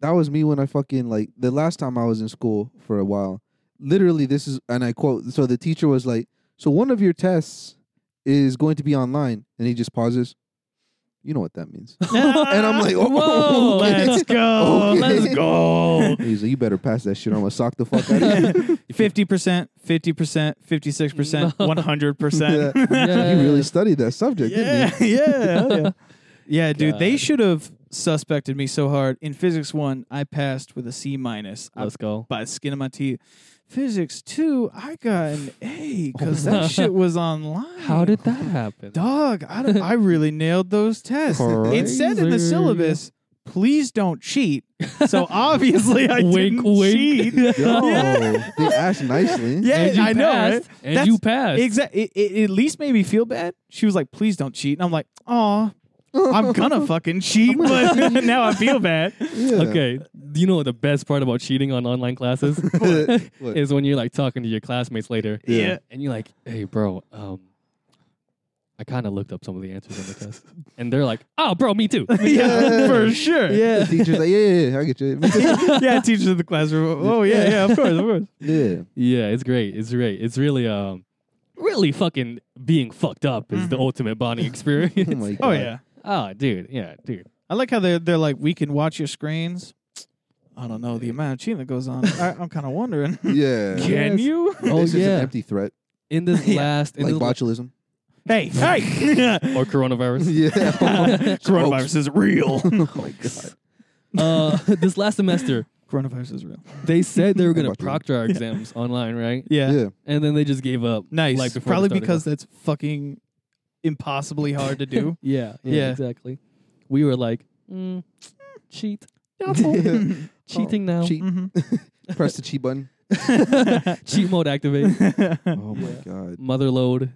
Speaker 2: that was me when I fucking like the last time I was in school for a while. Literally, this is and I quote. So the teacher was like, "So one of your tests is going to be online," and he just pauses. You know what that means?
Speaker 3: and
Speaker 2: I'm like, oh,
Speaker 1: Whoa,
Speaker 2: okay.
Speaker 3: let's go,
Speaker 2: Okay.
Speaker 3: let's go.
Speaker 2: He's like, "You better pass that shit. or I'm gonna sock the fuck out of you."
Speaker 3: Fifty percent, fifty percent, fifty-six percent, one hundred percent.
Speaker 2: Yeah. You really studied that subject, didn't
Speaker 3: Yeah, yeah, hell yeah. Yeah, dude, they
Speaker 1: God.
Speaker 3: should have suspected me so hard. In physics one, I passed with a C minus I-
Speaker 1: Let's go.
Speaker 3: by the skin of my teeth. Physics two, I got an A because that shit was online.
Speaker 1: Oh, How did that happen?
Speaker 3: dog? I, don't- I really nailed those tests. It said in the
Speaker 1: Crazy.
Speaker 3: syllabus, "Please don't cheat." So obviously, I
Speaker 1: wink,
Speaker 3: didn't
Speaker 1: wink.
Speaker 3: cheat.
Speaker 2: you? Yo, they Oh, asked nicely.
Speaker 3: Yeah,
Speaker 1: And you
Speaker 3: I know.
Speaker 1: passed.
Speaker 3: right?
Speaker 1: And
Speaker 3: That's-
Speaker 1: you passed.
Speaker 3: Exactly. It, it at least made me feel bad. She was like, "Please don't cheat," and I'm like, "Aw, I'm gonna fucking cheat," but now I feel bad.
Speaker 2: Yeah.
Speaker 1: Okay. Do you know what the best part about cheating on online classes
Speaker 2: What?
Speaker 1: is when you're like talking to your classmates later
Speaker 3: Yeah.
Speaker 1: and you're like, hey, bro, um, I kind of looked up some of the answers on the test. And they're like, oh, bro, me too.
Speaker 3: Yeah, for sure.
Speaker 2: The teacher's like, yeah, yeah, yeah, I get you.
Speaker 3: yeah. Teachers in the classroom. Oh yeah, yeah. Of course, of course.
Speaker 2: yeah.
Speaker 1: Yeah, it's great. It's great. It's really, um, really fucking being fucked up is the ultimate bonding experience.
Speaker 2: Oh my god.
Speaker 3: Oh yeah.
Speaker 1: oh, dude. Yeah, dude.
Speaker 3: I like how they're they're like, we can watch your screens. I don't know the amount of cheating that goes on. I, I'm kind of wondering.
Speaker 2: Yeah.
Speaker 3: Can you?
Speaker 1: Oh,
Speaker 2: This is
Speaker 1: yeah.
Speaker 2: an empty threat,
Speaker 1: In this
Speaker 3: Yeah.
Speaker 1: last, in
Speaker 2: like
Speaker 1: this
Speaker 2: botulism.
Speaker 3: Hey, hey.
Speaker 1: la- or coronavirus.
Speaker 2: yeah.
Speaker 3: Coronavirus is real.
Speaker 2: Oh my god.
Speaker 1: uh, this last semester,
Speaker 3: Coronavirus is real.
Speaker 1: they said they were going to
Speaker 2: About to-
Speaker 1: proctor our exams online, right?
Speaker 3: Yeah.
Speaker 2: Yeah.
Speaker 1: And then they just gave up.
Speaker 3: Nice.
Speaker 1: Like before
Speaker 3: Probably
Speaker 1: they started
Speaker 3: because that's fucking impossibly hard to do.
Speaker 1: Yeah, yeah,
Speaker 3: Yeah.
Speaker 1: exactly. We were like, mm, cheat, cheating now,
Speaker 2: Cheat.
Speaker 3: Mhm.
Speaker 2: Press the cheat button.
Speaker 1: cheat mode activate,
Speaker 2: Oh my god.
Speaker 1: mother load,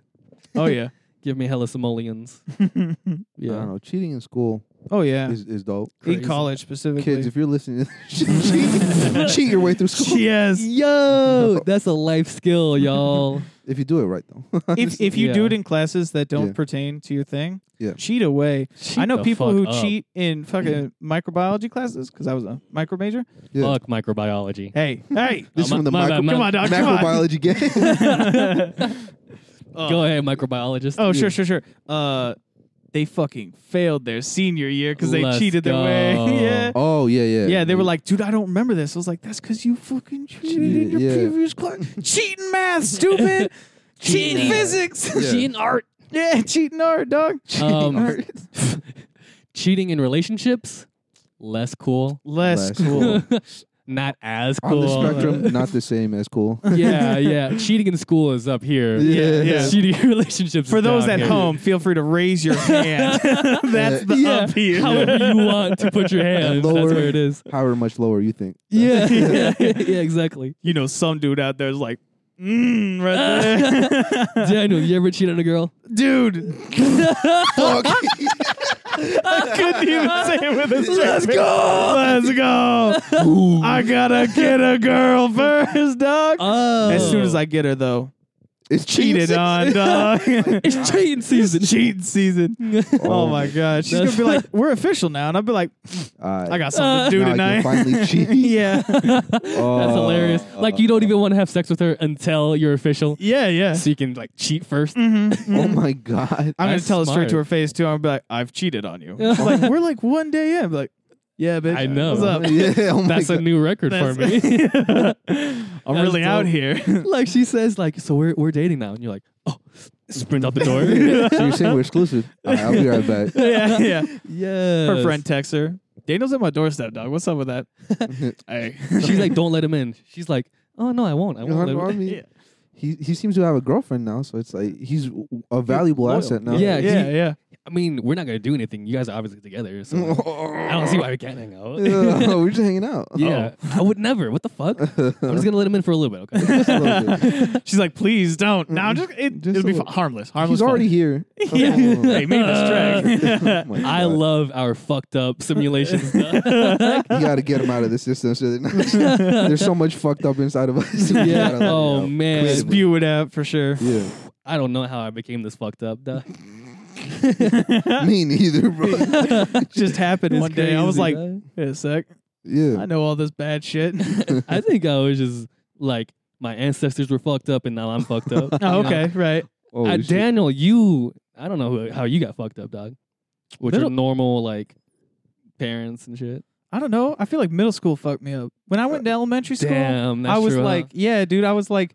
Speaker 3: oh yeah.
Speaker 1: give me hella simoleons.
Speaker 2: I don't
Speaker 1: Yeah,
Speaker 2: know. Cheating in school
Speaker 3: Oh yeah.
Speaker 2: is, is dope.
Speaker 1: Crazy.
Speaker 3: In college specifically.
Speaker 2: Kids, if you're listening, cheat, cheat your way through school.
Speaker 3: yes.
Speaker 1: yo, that's a life skill, y'all.
Speaker 2: If you do it right, though.
Speaker 3: If if you
Speaker 1: Yeah.
Speaker 3: do it in classes that don't
Speaker 2: Yeah.
Speaker 3: pertain to your thing,
Speaker 2: Yeah.
Speaker 3: cheat away. I
Speaker 1: Cheat
Speaker 3: know
Speaker 1: the
Speaker 3: people
Speaker 1: fuck
Speaker 3: who
Speaker 1: up.
Speaker 3: cheat in fucking microbiology classes because I was a micro major.
Speaker 2: Yeah.
Speaker 1: Fuck microbiology. Oh,
Speaker 3: Hey, hey,
Speaker 2: This is
Speaker 1: my-
Speaker 2: from the
Speaker 1: my
Speaker 2: micro,
Speaker 1: bad,
Speaker 3: come on, dog, Oh, come on.
Speaker 2: macrobiology game.
Speaker 1: Go ahead, microbiologist.
Speaker 3: Oh sure, sure, sure. Uh, they fucking failed their senior year because they
Speaker 1: Let's
Speaker 3: cheated their
Speaker 1: go.
Speaker 3: way. yeah.
Speaker 2: oh yeah, yeah.
Speaker 3: Yeah, they were like, dude, I don't remember this. I was like, that's because you fucking cheated in your
Speaker 2: Yeah.
Speaker 3: previous class. cheating math, stupid. cheating
Speaker 1: Cheating.
Speaker 3: physics.
Speaker 2: Yeah.
Speaker 1: Cheating art.
Speaker 3: yeah, cheating art, dog.
Speaker 1: Um, cheating in relationships, less cool.
Speaker 3: Less,
Speaker 2: Less
Speaker 3: cool.
Speaker 2: cool.
Speaker 1: Not as
Speaker 2: on
Speaker 1: cool.
Speaker 2: the spectrum, not the same as cool.
Speaker 1: yeah, yeah. Cheating in school is up here.
Speaker 2: Yeah.
Speaker 3: yeah.
Speaker 1: Cheating in relationships.
Speaker 3: For
Speaker 1: is
Speaker 3: those
Speaker 1: down
Speaker 3: at
Speaker 1: here.
Speaker 3: home, feel free to raise your hand. that's the
Speaker 1: Yeah.
Speaker 3: up here.
Speaker 1: however you want to put your hands. That's
Speaker 2: Lower.
Speaker 1: where it is.
Speaker 2: However much lower you think.
Speaker 1: Yeah, yeah, yeah, exactly.
Speaker 3: you know, some dude out there is like, mm, right there.
Speaker 1: Daniel, you ever cheat on a girl?
Speaker 3: dude. I couldn't even say it with a straight Let's go. Let's go. I gotta get a girl first, dog.
Speaker 1: Oh,
Speaker 3: As soon as I get her, though,
Speaker 2: It's
Speaker 3: cheated
Speaker 2: cheating.
Speaker 3: on, dog.
Speaker 1: it's cheating season.
Speaker 3: Cheating season. Oh my god, she's gonna
Speaker 1: That's-
Speaker 3: be like, "We're official now,w," and I'll be like,
Speaker 2: Alright.
Speaker 3: "I got something to do
Speaker 2: Now I can
Speaker 3: tonight."
Speaker 2: finally cheat.
Speaker 3: yeah,
Speaker 1: That's hilarious.
Speaker 3: Uh,
Speaker 1: Like you don't even want to have sex with her until you're official,
Speaker 3: yeah, yeah. Mm-hmm,
Speaker 1: so you can like cheat 1st
Speaker 2: Oh my god.
Speaker 3: I'm gonna
Speaker 1: That's
Speaker 3: tell her straight to
Speaker 1: smart.
Speaker 3: her face too. I'll be like, "I've cheated on you." She's like we're like one day in. Be like, yeah, bitch.
Speaker 1: I know.
Speaker 3: What's up?
Speaker 2: yeah, oh my
Speaker 1: That's a
Speaker 2: god.
Speaker 1: new record for me.
Speaker 3: I'm
Speaker 1: That's
Speaker 3: really out
Speaker 1: dope.
Speaker 3: here.
Speaker 1: like she says, like so we're we're dating now, and you're like, oh, sprint out the door.
Speaker 2: so you're saying we're exclusive. Alright, I'll be right back.
Speaker 3: yeah, yeah.
Speaker 1: yeah,
Speaker 3: Her friend texts her. Daniel's at my doorstep, dog. What's up with that? hey.
Speaker 1: She's like, don't let him in. She's like, oh no, I won't. I
Speaker 2: You know
Speaker 1: won't.
Speaker 2: what I
Speaker 1: Let him.
Speaker 2: mean?
Speaker 3: Yeah.
Speaker 2: He he seems to have a girlfriend now, so it's like he's a valuable
Speaker 3: Loyal.
Speaker 2: asset now.
Speaker 1: Yeah,
Speaker 3: yeah,
Speaker 1: he-
Speaker 3: yeah.
Speaker 1: I mean, we're not gonna do anything. You guys are obviously together, so like, I don't see why we can't hang out.
Speaker 2: Yeah, Oh, we're just hanging out.
Speaker 1: Yeah,
Speaker 3: Oh.
Speaker 1: I would never. What the fuck? I'm just gonna let him in for a little bit. Okay.
Speaker 2: Just a little bit.
Speaker 3: She's like, please don't. Now just it,
Speaker 2: Just
Speaker 3: it'll
Speaker 2: a
Speaker 3: be
Speaker 2: little-
Speaker 3: fu- harmless. Harmless.
Speaker 2: He's
Speaker 3: fun.
Speaker 2: already here.
Speaker 3: Yeah.
Speaker 2: Oh,
Speaker 3: hey, made this
Speaker 2: oh
Speaker 3: track.
Speaker 2: my
Speaker 1: I
Speaker 2: God.
Speaker 1: love our fucked up simulation stuff.
Speaker 2: You got to get him out of the system. So they're not- there's so much fucked up inside of us. We
Speaker 1: Yeah.
Speaker 2: gotta let it
Speaker 1: Oh,
Speaker 2: out.
Speaker 1: man.
Speaker 2: Creatively.
Speaker 3: Spew it out for sure.
Speaker 1: I don't know how I became this fucked up. duh.
Speaker 2: Yeah, me neither, bro.
Speaker 3: Just happened
Speaker 1: It's
Speaker 3: one day. I was
Speaker 1: crazy,
Speaker 3: like,
Speaker 1: man.
Speaker 3: wait a sec.
Speaker 2: Yeah.
Speaker 3: I know all this bad shit. Oh,
Speaker 1: I think I was just like my ancestors were fucked up and now I'm fucked up. you know?
Speaker 3: oh, okay, right.
Speaker 2: Holy
Speaker 1: Uh,
Speaker 2: shit.
Speaker 1: Daniel, you I don't know who, how you got fucked up, dog. With your
Speaker 3: Little-
Speaker 1: normal like parents and shit.
Speaker 3: I don't know. I feel like middle school fucked me up. When I went to elementary school,
Speaker 1: Damn, that's
Speaker 3: I was
Speaker 1: true, huh?
Speaker 3: like, yeah, dude, I was like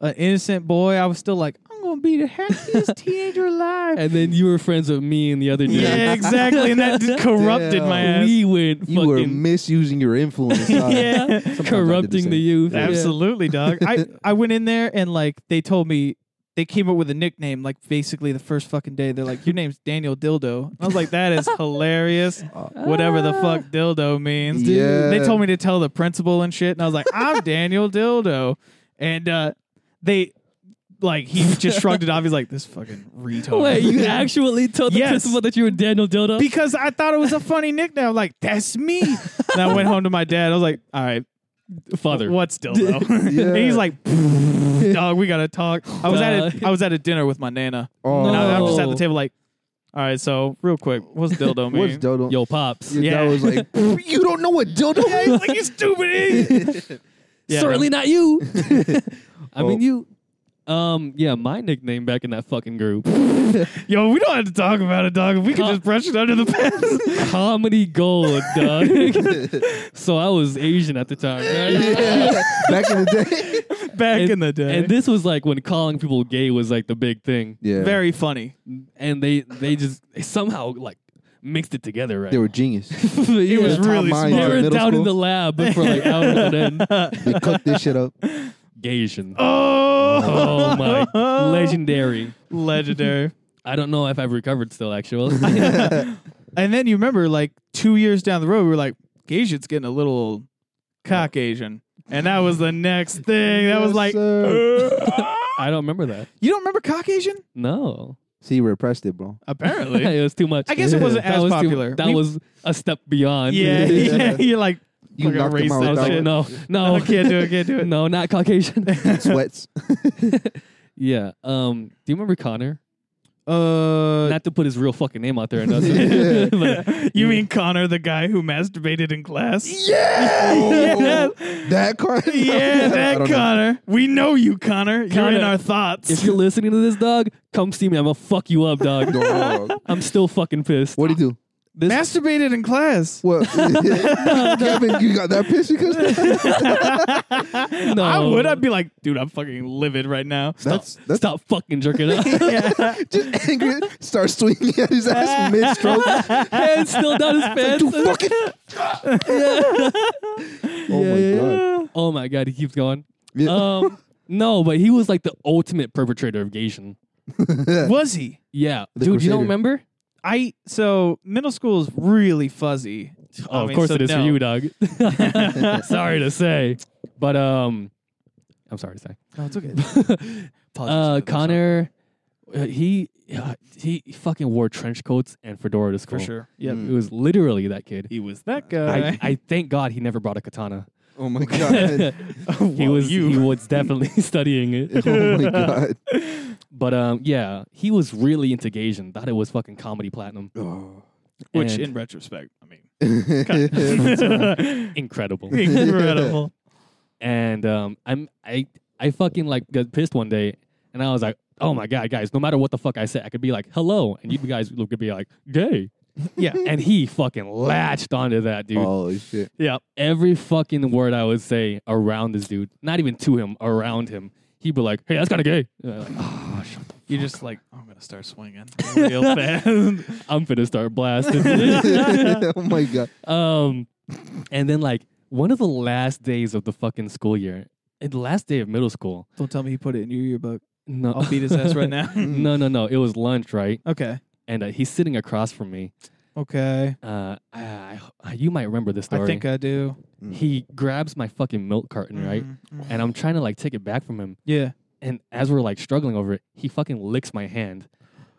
Speaker 3: an innocent boy. I was still like, I'm gonna be the happiest teenager alive.
Speaker 1: And then you were friends with me and the other dude.
Speaker 3: yeah, exactly. And that just corrupted my
Speaker 2: Damn.
Speaker 3: ass.
Speaker 1: we went
Speaker 2: You were
Speaker 1: fucking
Speaker 2: misusing your influence. dog.
Speaker 3: yeah.
Speaker 2: Sometimes I did the
Speaker 1: corrupting the,
Speaker 2: same.
Speaker 1: youth. Yeah.
Speaker 3: Absolutely, dog. I, I went in there and like they told me they came up with a nickname like basically the first fucking day. They're like, Your name's Daniel Dildo. I was like, That is hilarious.
Speaker 2: Uh,
Speaker 3: Whatever
Speaker 1: Ah.
Speaker 3: the fuck dildo means.
Speaker 2: Yeah.
Speaker 3: They told me to tell the principal and shit, and I was like, I'm Daniel Dildo. And uh they like he just shrugged it off. He's like, This fucking retard.
Speaker 1: Wait, you actually told the
Speaker 3: Yes.
Speaker 1: principal that you were Daniel Dildo?
Speaker 3: because I thought it was a funny nickname. I'm like, that's me. and I went home to my dad. I was like, all right,
Speaker 1: Father.
Speaker 3: What's dildo?
Speaker 2: Yeah.
Speaker 3: and he's like, dog, we gotta talk. I was at
Speaker 1: Dog.
Speaker 3: a, I was at a dinner with my nana,
Speaker 2: Oh,
Speaker 3: and I, I'm
Speaker 1: No.
Speaker 3: just at the table like, all right, so real quick, what's dildo mean?
Speaker 2: what's dildo?
Speaker 1: Yo, pops.
Speaker 2: Your
Speaker 3: Yeah.
Speaker 2: dad was like, you don't know what dildo
Speaker 3: Yeah,
Speaker 2: is.
Speaker 3: he's like, you stupid. Yeah,
Speaker 1: Certainly not you. I
Speaker 2: Oh.
Speaker 1: mean you. Um. Yeah, my nickname back in that fucking group,
Speaker 3: Yo, we don't have to talk about it, dog. We can
Speaker 1: Huh.
Speaker 3: just brush it under the bus.
Speaker 1: comedy gold, dog. so I was Asian at the time. right?
Speaker 2: Yeah. Back in the day.
Speaker 3: Back
Speaker 1: And-
Speaker 3: in the day,
Speaker 1: And this was like when calling people gay was like the big thing,
Speaker 2: Yeah.
Speaker 3: very funny.
Speaker 1: and they they just they somehow like mixed it together, right?
Speaker 2: They were genius.
Speaker 1: it
Speaker 3: was
Speaker 2: Top
Speaker 3: really
Speaker 2: minds
Speaker 1: They
Speaker 2: in
Speaker 1: were
Speaker 2: middle
Speaker 1: down in the
Speaker 2: school.
Speaker 1: lab for like hours on end.
Speaker 2: They cooked this shit up.
Speaker 1: Gaysian.
Speaker 3: Oh,
Speaker 1: Oh my, legendary.
Speaker 3: legendary.
Speaker 1: I don't know if I've recovered still, actually.
Speaker 3: And then you remember, like two years down the road, we were like, Gaijin's getting a little cock Asian. And that was the next thing. That was
Speaker 2: Yes,
Speaker 3: like,
Speaker 2: sir.
Speaker 1: I don't rember that.
Speaker 3: you don't remember Caucasian?
Speaker 1: No,
Speaker 2: See, you repressed it, bro.
Speaker 3: Apparently.
Speaker 1: it was too much.
Speaker 3: I guess it wasn't
Speaker 1: That
Speaker 3: as
Speaker 1: was too-
Speaker 3: popular.
Speaker 1: that
Speaker 3: We-
Speaker 1: was a step beyond.
Speaker 3: yeah,
Speaker 2: Yeah.
Speaker 3: yeah. You're like,
Speaker 2: You
Speaker 3: fucking
Speaker 2: knocked him out
Speaker 1: I was
Speaker 2: without
Speaker 3: racist.
Speaker 1: like,
Speaker 3: Shit.
Speaker 1: no, no,
Speaker 3: No, can't do it, can't do it.
Speaker 1: no, not Caucasian.
Speaker 2: sweats.
Speaker 1: yeah. Um. Do you remember Connor?
Speaker 3: Uh,
Speaker 1: Not to put his real fucking name out there, or nothing. but
Speaker 3: you mean Connor, the guy who masturbated in class?
Speaker 2: Yeah.
Speaker 3: Yeah.
Speaker 2: That car.
Speaker 3: Yeah,
Speaker 2: I
Speaker 3: that
Speaker 2: don't know.
Speaker 3: Connor. We know you, Connor. You're
Speaker 1: Connor.
Speaker 3: in our thoughts.
Speaker 1: if you're listening to this, dog, come see me. I'm gonna fuck you up, dog.
Speaker 2: Dog.
Speaker 1: I'm still fucking pissed.
Speaker 2: What'd he do?
Speaker 1: This-
Speaker 3: masturbated in class.
Speaker 2: What? Kevin, you got that piss because
Speaker 1: No.
Speaker 3: I would. I'd be like, dude, I'm fucking livid right now.
Speaker 2: that's that's
Speaker 1: Stop fucking jerking up.
Speaker 2: just angry. Start swinging at his ass mid stroke.
Speaker 1: Hands still down his pants.
Speaker 2: You fucking. Oh my god.
Speaker 1: Oh my god, he keeps going.
Speaker 2: Yeah.
Speaker 1: Um, no, but he was like the ultimate perpetrator of Gation.
Speaker 3: Was he?
Speaker 1: Yeah,
Speaker 2: The
Speaker 1: dude, you
Speaker 2: Crusader.
Speaker 1: don't remember?
Speaker 3: I so middle school is really fuzzy.
Speaker 1: Oh, of course it is for you, dog. sorry to say, but um, I'm sorry to say.
Speaker 3: No, it's okay.
Speaker 1: Uh, Connor, uh, he uh, he fucking wore trench coats and fedora to school.
Speaker 3: for sure. Yeah,
Speaker 1: It was literally that kid.
Speaker 3: he was that
Speaker 1: I,
Speaker 3: guy.
Speaker 1: I thank God he never brought a katana.
Speaker 2: Oh my god.
Speaker 1: he
Speaker 3: Well,
Speaker 1: was
Speaker 3: you.
Speaker 1: he was definitely studying it.
Speaker 2: Oh my god.
Speaker 1: But um, yeah, he was really into Gaysian. Thought it was fucking comedy platinum.
Speaker 2: Oh.
Speaker 3: which,
Speaker 1: and-
Speaker 3: in retrospect, I
Speaker 2: yeah.
Speaker 3: mean,
Speaker 1: incredible.
Speaker 3: incredible.
Speaker 1: and um, I'm I I fucking like got pissed one day, and I was like, oh my god, guys, no matter what the fuck I said, I could be like, hello, and you guys could be like, gay,
Speaker 3: Yeah,
Speaker 1: and he fucking latched onto that dude.
Speaker 2: Holy shit.
Speaker 3: yeah.
Speaker 1: Every fucking word I would say around this dude, not even to him, around him, he'd be like, hey, that's kind of gay. And I'm like, "Ah, shut the
Speaker 3: You're just like, "Oh, I'm gonna start swinging real fast.
Speaker 1: f- I'm finna start blasting.
Speaker 2: oh my god.
Speaker 1: Um, and then like one of the last days of the fucking school year, eh, the last day of middle school.
Speaker 3: Don't tell me you put it in your yearbook.
Speaker 1: No,
Speaker 3: I'll beat his ass right now.
Speaker 1: no, no, no. It was lunch, right?
Speaker 3: okay,
Speaker 1: And uh, he's sitting across from me.
Speaker 3: okay.
Speaker 1: Uh, I, I, you might remember this story.
Speaker 3: I think uh, I do.
Speaker 2: Mm.
Speaker 1: he grabs my fucking milk carton, right?
Speaker 3: Mhm, mhm.
Speaker 1: And I'm trying to like take it back from him.
Speaker 3: Yeah,
Speaker 1: And as we're like struggling over it, he fucking licks my hand.